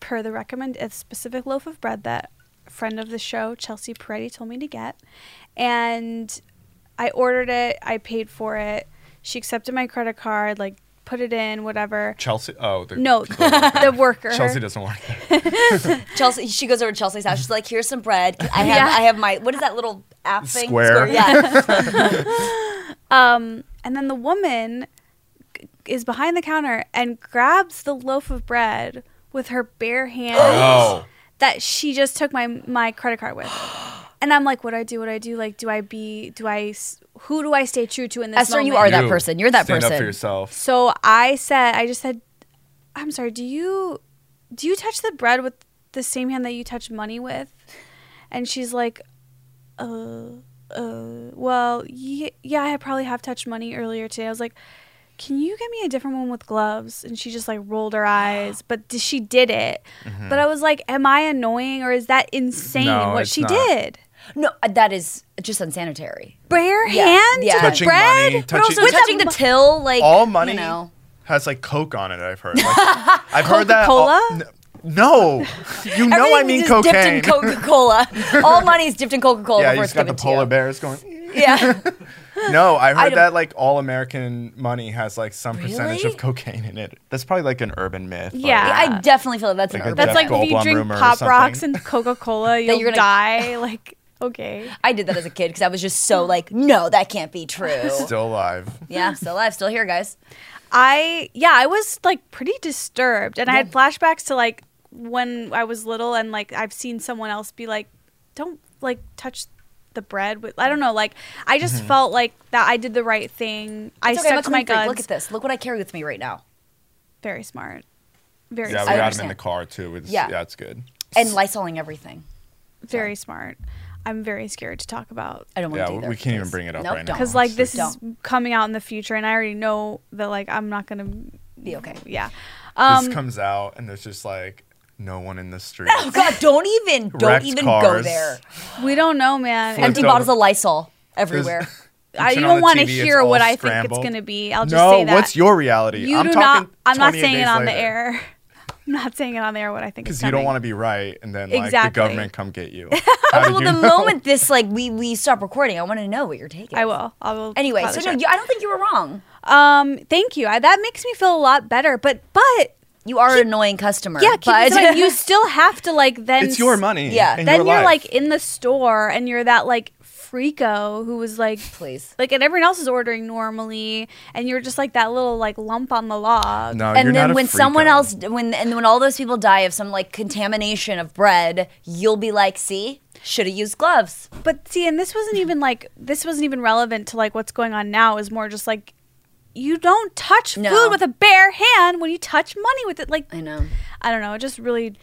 per the recommend a specific loaf of bread that a friend of the show Chelsea Peretti told me to get, and I ordered it. I paid for it. She accepted my credit card, like put it in, whatever.
Chelsea. Oh, the
No,
people that work
the
there.
worker.
Chelsea doesn't work there.
Chelsea. She goes over to Chelsea's house. She's like, "Here's some bread. I have
Yeah.
I have my what is that little app thing?
Square.
Yeah.
Um, and then the woman g- is behind the counter and grabs the loaf of bread with her bare hand.
Oh,
that she just took my my credit card with. And I'm like, what do I do? What do I do? Like, do I be? Do I? s- Who do I stay true to in this?
Esther, you
moment?
are that person. You're that
stand up for
person.
yourself.
So I said, I just said, I'm sorry. Do you do you touch the bread with the same hand that you touch money with? And she's like, uh, uh. Well, ye- yeah, I probably have touched money earlier today. I was like, can you get me a different one with gloves? And she just like rolled her eyes, but d- she did it. But I was like, am I annoying or is that insane
Mm-hmm. No,
what
it's
she
not.
did?
No, uh, that is just unsanitary.
Bare
Yeah,
hand
yeah.
to the
Touching
bread,
money,
but also
With
touching
touching the till, like
All money
You know.
has like Coke on it. I've heard. Like, I've heard that.
Coca-Cola?
all- no, you know I
Everything
mean
is
cocaine.
dipped in Coca Cola. All money is dipped in Coca Cola.
yeah, you
before it's
just got the
given to you.
polar bears going.
Yeah.
No, I heard
don't-
that like all American money has like some percentage
Really?
of cocaine in it. That's probably like an urban myth. but-
Yeah.
I definitely feel that that's an
Like a
urban.
That's
Jeff
like if you
Goldblum
drink
rumor or
Pop
something.
Rocks and Coca Cola, you'll
you're gonna-
die. Like, okay.
I did that as a kid because I was just so like, no, that can't be true.
Still alive.
yeah, still alive, still here, guys.
I, yeah, I was like pretty disturbed. And I had flashbacks to like when I was little and like I've seen someone else be like, don't like touch the bread with, I don't know. Like, I just
Mm-hmm.
felt like that I did the right thing. I
It's okay, I'm
stuck
a
to my
clean freak.
guns.
Look at this. Look what I carry with me right now.
Very smart. Very
Yeah, we
smart.
got him in
understand.
the car too. It's,
Yeah.
yeah. it's good.
And lysoling everything.
Very smart. I'm very scared to talk about
I don't want
Yeah,
to do
we-
that.
we can't even
please.
bring it up
Nope,
right now.
don't.
because like
Honestly.
this is
Don't.
coming out in the future and I already know that like I'm not going to
Be okay.
Yeah.
Um,
this comes out and there's just like no one in the street.
Oh God, don't even, don't
Wrecked
even go
cars.
there.
We don't know, man.
Flipped
Empty
And
over.
bottles of Lysol everywhere.
I, you don't want to hear what I think it's going to be. I'll just
no,
say that.
what's your reality?
You
I'm
do
talking
not. I'm not
28
saying it
days
on the
later.
air. I'm not saying it on the air what I think.
because
Because
you don't want to be right, and then like
Exactly.
the government come get you. How did
well,
you
the
know?
moment this like we we stop recording, I want to know what your take is.
I will. I will.
Anyway,
probably
so no,
share.
you, I don't think you were wrong.
um, thank you. I, that makes me feel a lot better. But but
You are an annoying customer.
yeah, keep
but
in mind, you still have to like then.
it's your
s-
money.
Yeah.
and
Then
your
you're
life.
like in the store and you're that like freako who was like
please.
like and everyone else is ordering normally and you're just like that little like lump on the log.
no, you're
and
not
then
a
when
freako.
someone else when and when all those people die of some like contamination of bread you'll be like see should have used gloves
But see, and this wasn't even like this wasn't even relevant to like what's going on now. It was more just like you don't touch
No.
food with a bare hand when you touch money with it. Like
i know
I don't know, it just really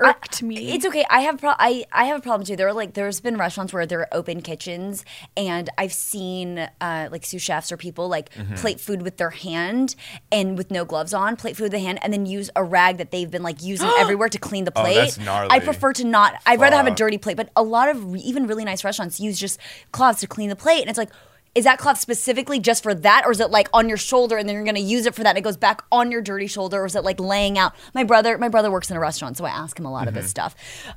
irked me.
it's okay i have pro- I, I have a problem too there are like there's been restaurants where there are open kitchens and i've seen uh, like sous chefs or people like
Mm-hmm.
plate food with their hand and with no gloves on plate food with the hand and then use a rag that they've been like using everywhere to clean the plate
Oh, that's gnarly.
i prefer to not i'd rather have a
Fuck.
dirty plate but a lot of re- even really nice restaurants use just cloths to clean the plate and it's like is that cloth specifically just for that or is it like on your shoulder and then you're going to use it for that and it goes back on your dirty shoulder or is it like laying out my brother my brother works in a restaurant so i ask him a lot of this stuff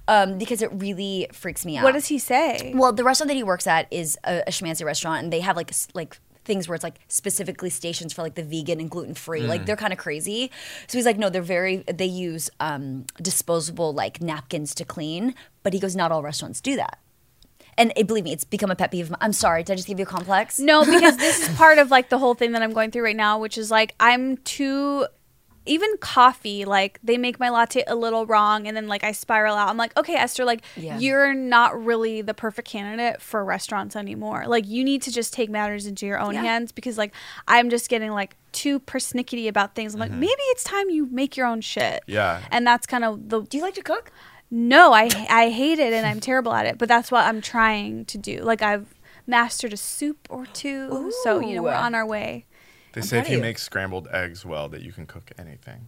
um, because it really freaks me out
what does he say?
well, the restaurant that he works at is a, a schmancy restaurant, and they have like s- like things where it's like specifically stations for like the vegan and gluten free.
Mm.
Like they're kind of crazy. So he's like, no, they're very. They use um, disposable like napkins to clean, but he goes, not all restaurants do that. And eh, believe me, it's become a pet peeve. of mine. I'm sorry, did I just give you a complex?
No, because this is part of like the whole thing that I'm going through right now, which is like I'm too even coffee, like they make my latte a little wrong and then like I spiral out. I'm like, okay, Esther, like
Yeah.
you're not really the perfect candidate for restaurants anymore. Like you need to just take matters into your own
Yeah.
hands because like I'm just getting like too persnickety about things. I'm like,
Mm-hmm.
maybe it's time you make your own shit.
Yeah.
And that's kind of the
Do you like to cook?
no, I I hate it and I'm terrible at it, but that's what I'm trying to do. Like I've mastered a soup or two, so you know we're
Ooh.
on our way.
they say if
proud of
you
you.
make scrambled eggs well, that you can cook anything.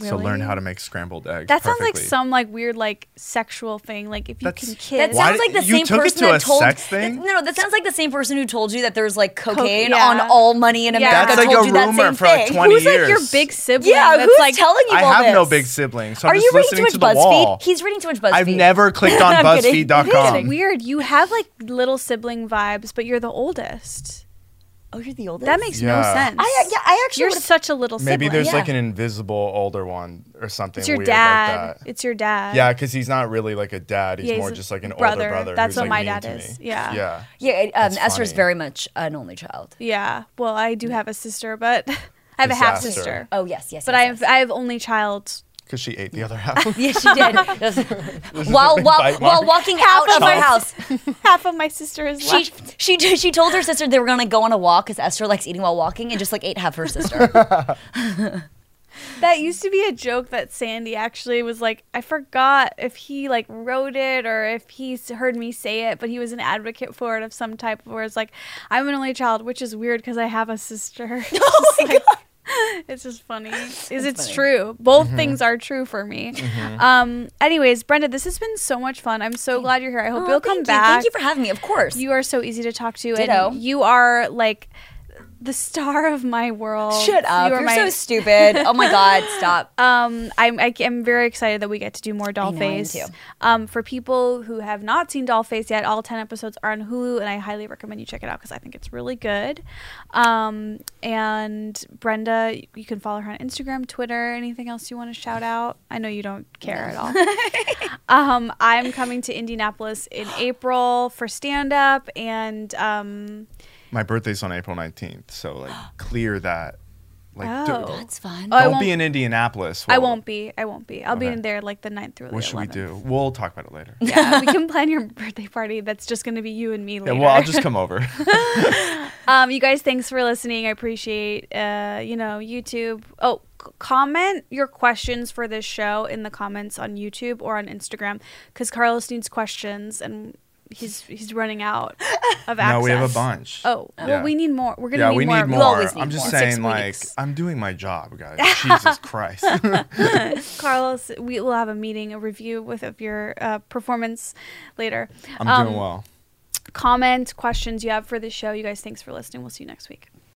So learn
Really?
how to make scrambled eggs.
That sounds like
perfectly.
some like weird like sexual thing. Like if you
That's-
can
That
kiss,
Why
sounds like
did-
the
you
same
took it
person
to
that
a
told.
sex thing?
No, no, that sounds like the same person who told you that there's like cocaine
yeah.
on all money in America.
That's
like
told
a
you that
rumor
same
for, like,
thing.
20
who's like your
years.
big sibling?
Yeah,
that's
who's
like
telling you
I
all
have
this?
no big siblings, so
Are
I'm
you
just
reading too
listening
much
to the wall.
BuzzFeed? He's reading too much BuzzFeed.
I've never clicked on
I'm kidding.
It's
BuzzFeed.com.
weird. You have like little sibling vibes, but you're the oldest.
Oh, you're the oldest.
That makes no
Yeah.
sense.
I yeah. I actually
you're
would've-
such a little sibling.
Maybe there's
Yeah.
like an invisible older one or something.
it's your
weird
dad.
Like that.
it's your dad.
Yeah, because he's not really like a dad. He's
Yeah, he's
more
a
just like an
brother.
older brother.
That's
who's,
what
like,
my
mean
dad
to
is.
me.
Yeah.
Yeah.
Yeah, it, um,
That's
Esther is
funny.
very much an only child.
Yeah. Well, I do have a sister, but I have a half
Disaster.
sister.
Oh yes, yes.
But
yes,
I have
yes.
I have only child
because she ate the other half.
Yes, she did. Just-
is
while
a big
while,
bite
while
mark.
walking out of
my
her house,
Half of my sister is
she,
left.
she t- she told her sister they were gonna go on a walk because Esther likes eating while walking, and just like ate half her sister.
That used to be a joke that Sandy actually was like, I forgot if he like wrote it or if he s- heard me say it, but he was an advocate for it of some type where it's like, I'm an only child, which is weird because I have a sister. Oh my God. It's just funny. Is it's
funny.
true. Both things are true for me. Um anyways, Brenda, this has been so much fun. I'm so glad you're here. I hope
Oh,
you'll come
thank you.
back.
Thank you for having me. Of course.
You are so easy to talk to,
Ditto.
and you are like the star of my world.
Shut
You
up. You
are
are
my-
so stupid. Oh my god, stop.
Um, I'm I am very excited that we get to do more
I know, I am
Dollface.
too.
Um, for people who have not seen Dollface yet, all ten episodes are on Hulu, and I highly recommend you check it out because I think it's really good. Um, and Brenda, you can follow her on Instagram, Twitter. Anything else you want to shout out? I know you don't care at all. um, I'm coming to Indianapolis in April for stand up, and um,
My birthday's on April 19th, so like clear that. Like,
Oh.
do,
That's fun.
Oh, I
don't
won't-
be in Indianapolis.
I
while-
won't be. I won't be. I'll be
Okay.
in there like the 9th through the
What should we
11th.
do? We'll talk about it later.
yeah, we can plan your birthday party. That's just going to be you and me
Yeah,
later.
well, I'll just come over.
um, you guys, thanks for listening. I appreciate, uh, you know, YouTube. Oh, c- comment your questions for this show in the comments on YouTube or on Instagram because Carlos needs questions and he's he's running out of access.
no, we have a bunch.
Oh, well,
Yeah.
we need more. We're gonna
yeah,
need
we
more.
need more.
always need
I'm just
more.
saying,
Six
like,
weeks.
I'm doing my job, guys. Jesus Christ.
Carlos, we will have a meeting, a review with of your uh, performance later.
I'm
Um,
doing well.
Comment questions you have for the show. You guys, thanks for listening. We'll see you next week.